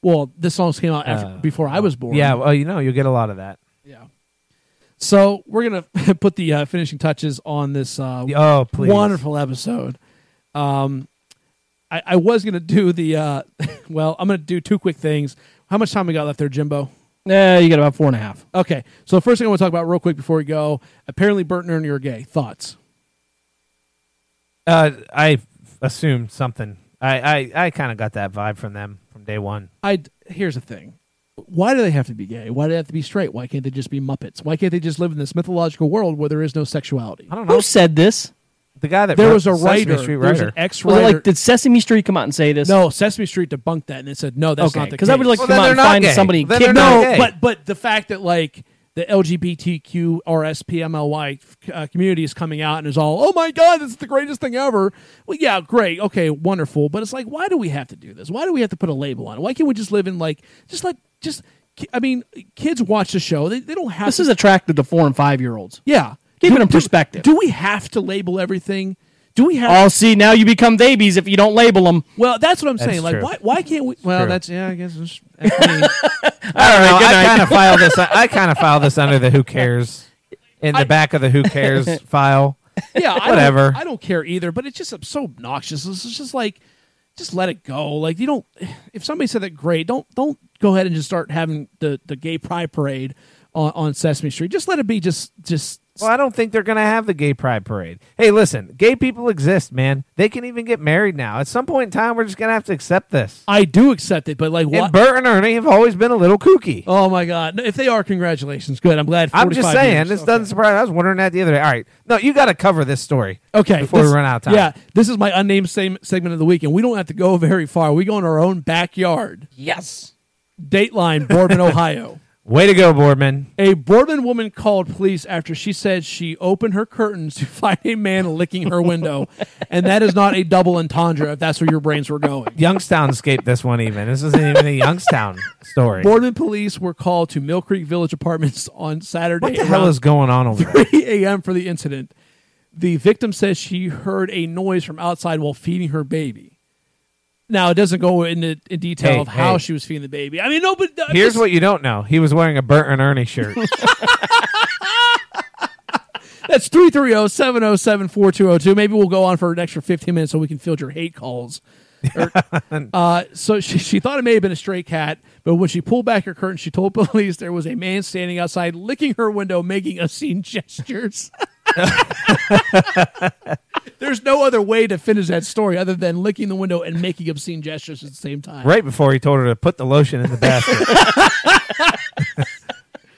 Speaker 2: Well, this song came out after,
Speaker 3: Uh,
Speaker 2: before I was born.
Speaker 3: Yeah, well, you know, you'll get a lot of that.
Speaker 2: yeah. So we're gonna put the uh, finishing touches on this uh,
Speaker 3: Oh, please.
Speaker 2: wonderful episode. Um, I, I was gonna do the uh, well. I'm gonna do two quick things. How much time we got left there, Jimbo?
Speaker 4: Yeah, you got about four and a half.
Speaker 2: Okay, so the first thing I want to talk about real quick before we go. Apparently, Bert and Ernie are gay. Thoughts?
Speaker 3: Uh, I f- assumed something. I, I, I kind of got that vibe from them from day one.
Speaker 2: I here's the thing. Why do they have to be gay? Why do they have to be straight? Why can't they just be Muppets? Why can't they just live in this mythological world where there is no sexuality?
Speaker 3: I don't know.
Speaker 4: Who said this?
Speaker 3: the guy that
Speaker 2: There
Speaker 3: wrote
Speaker 2: was a
Speaker 3: Sesame
Speaker 2: writer.
Speaker 3: Street
Speaker 2: There was
Speaker 3: writer.
Speaker 2: an ex
Speaker 4: Was it
Speaker 2: writer.
Speaker 4: like did Sesame Street come out and say this?
Speaker 2: no, Sesame Street debunked that and it said no, that's
Speaker 4: okay.
Speaker 2: not the case.
Speaker 4: Because I would like
Speaker 3: Well,
Speaker 4: to
Speaker 3: then
Speaker 4: come out
Speaker 3: they're
Speaker 4: and
Speaker 3: not
Speaker 4: find
Speaker 3: gay.
Speaker 4: somebody and
Speaker 3: Then
Speaker 4: kick
Speaker 3: they're
Speaker 4: them.
Speaker 3: not
Speaker 2: no,
Speaker 3: gay.
Speaker 2: but but the fact that like the LGBTQ RSPMLY uh, community is coming out and is all, oh my god, this is the greatest thing ever. Well, yeah, great, okay, wonderful, but it's like, why do we have to do this? Why do we have to put a label on it? Why can't we just live in like just like just? ki- I mean, kids watch the show; they, they don't have.
Speaker 4: This
Speaker 2: to,
Speaker 4: is attractive to four and five year olds.
Speaker 2: yeah.
Speaker 4: Keep
Speaker 2: Do-
Speaker 4: it in
Speaker 2: do-
Speaker 4: perspective.
Speaker 2: Do, we have to label everything? Do we have?
Speaker 4: Oh, see, now you become babies if you don't label them.
Speaker 2: well, that's what I'm saying. Like,
Speaker 3: true.
Speaker 2: why why can't we? well,
Speaker 3: true.
Speaker 2: that's yeah. I guess. It's, I mean,
Speaker 3: I don't know. I kind of file this. I kind of file this under the who cares in the back of the who cares file.
Speaker 2: yeah, I
Speaker 3: Whatever.
Speaker 2: Don't, I don't care either, but it's just so obnoxious. It's just like, just let it go. Like you don't. If somebody said that, great. Don't don't go ahead and just start having the the gay pride parade on, on Sesame Street. Just let it be. Just just.
Speaker 3: Well, I don't think they're going to have the gay pride parade. Hey, listen, gay people exist, man. They can even get married now. At some point in time, we're just going to have to accept this.
Speaker 2: I do accept it, but like
Speaker 3: And
Speaker 2: what?
Speaker 3: Bert and Ernie have always been a little kooky.
Speaker 2: oh my god! No, If they are, congratulations. Good. I'm glad.
Speaker 3: I'm just
Speaker 2: 45
Speaker 3: saying,
Speaker 2: years.
Speaker 3: this
Speaker 2: Okay.
Speaker 3: doesn't surprise. I was wondering that the other day. All right, no, you got to cover this story.
Speaker 2: Okay.
Speaker 3: before
Speaker 2: this-
Speaker 3: we run out of time.
Speaker 2: Yeah, this is my unnamed same segment of the week, and we don't have to go very far. We go in our own backyard.
Speaker 4: Yes.
Speaker 2: Dateline, Boardman, Ohio.
Speaker 3: way to go, Boardman.
Speaker 2: A Portland woman called police after she said she opened her curtains to find a man licking her window. and that is not a double entendre if that's where your brains were going.
Speaker 3: Youngstown escaped this one. Even this isn't even a Youngstown story.
Speaker 2: Boardman police were called to Mill Creek Village Apartments on Saturday
Speaker 3: what the hell is going on over there?
Speaker 2: 3 a.m. for the incident. The victim says she heard a noise from outside while feeding her baby. Now, it doesn't go into in detail
Speaker 3: Hey,
Speaker 2: of how
Speaker 3: hey.
Speaker 2: she was feeding the baby. I mean, no, but I'm
Speaker 3: Here's
Speaker 2: just-
Speaker 3: what you don't know. He was wearing a Bert and Ernie shirt.
Speaker 2: That's oh, 330 707 4202. Maybe we'll go on for an extra 15 minutes so we can field your hate calls. Or- uh, so she, she thought it may have been a stray cat, but when she pulled back her curtain, she told police there was a man standing outside licking her window, making obscene gestures. There's no other way to finish that story other than licking the window and making obscene gestures at the same time.
Speaker 3: right before he told her to put the lotion in the basket.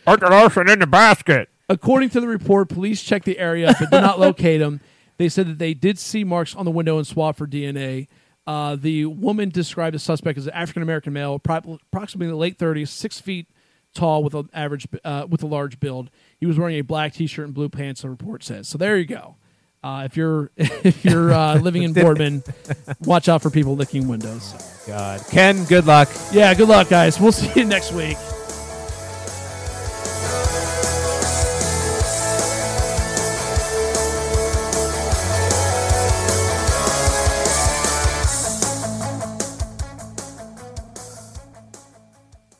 Speaker 3: put the lotion in the basket.
Speaker 2: According to the report, police checked the area but did not locate him. They said that they did see marks on the window and swab for DNA. Uh, the woman described the suspect as an African American male, appro- approximately in the late 30s, six feet tall, with an average uh, with a large build. He was wearing a black T-shirt and blue pants. The report says. So there you go. Uh, if you're if you're uh, living in Boardman, watch out for people licking windows.
Speaker 3: God, Ken, good luck.
Speaker 2: Yeah, good luck, guys. We'll see you next week.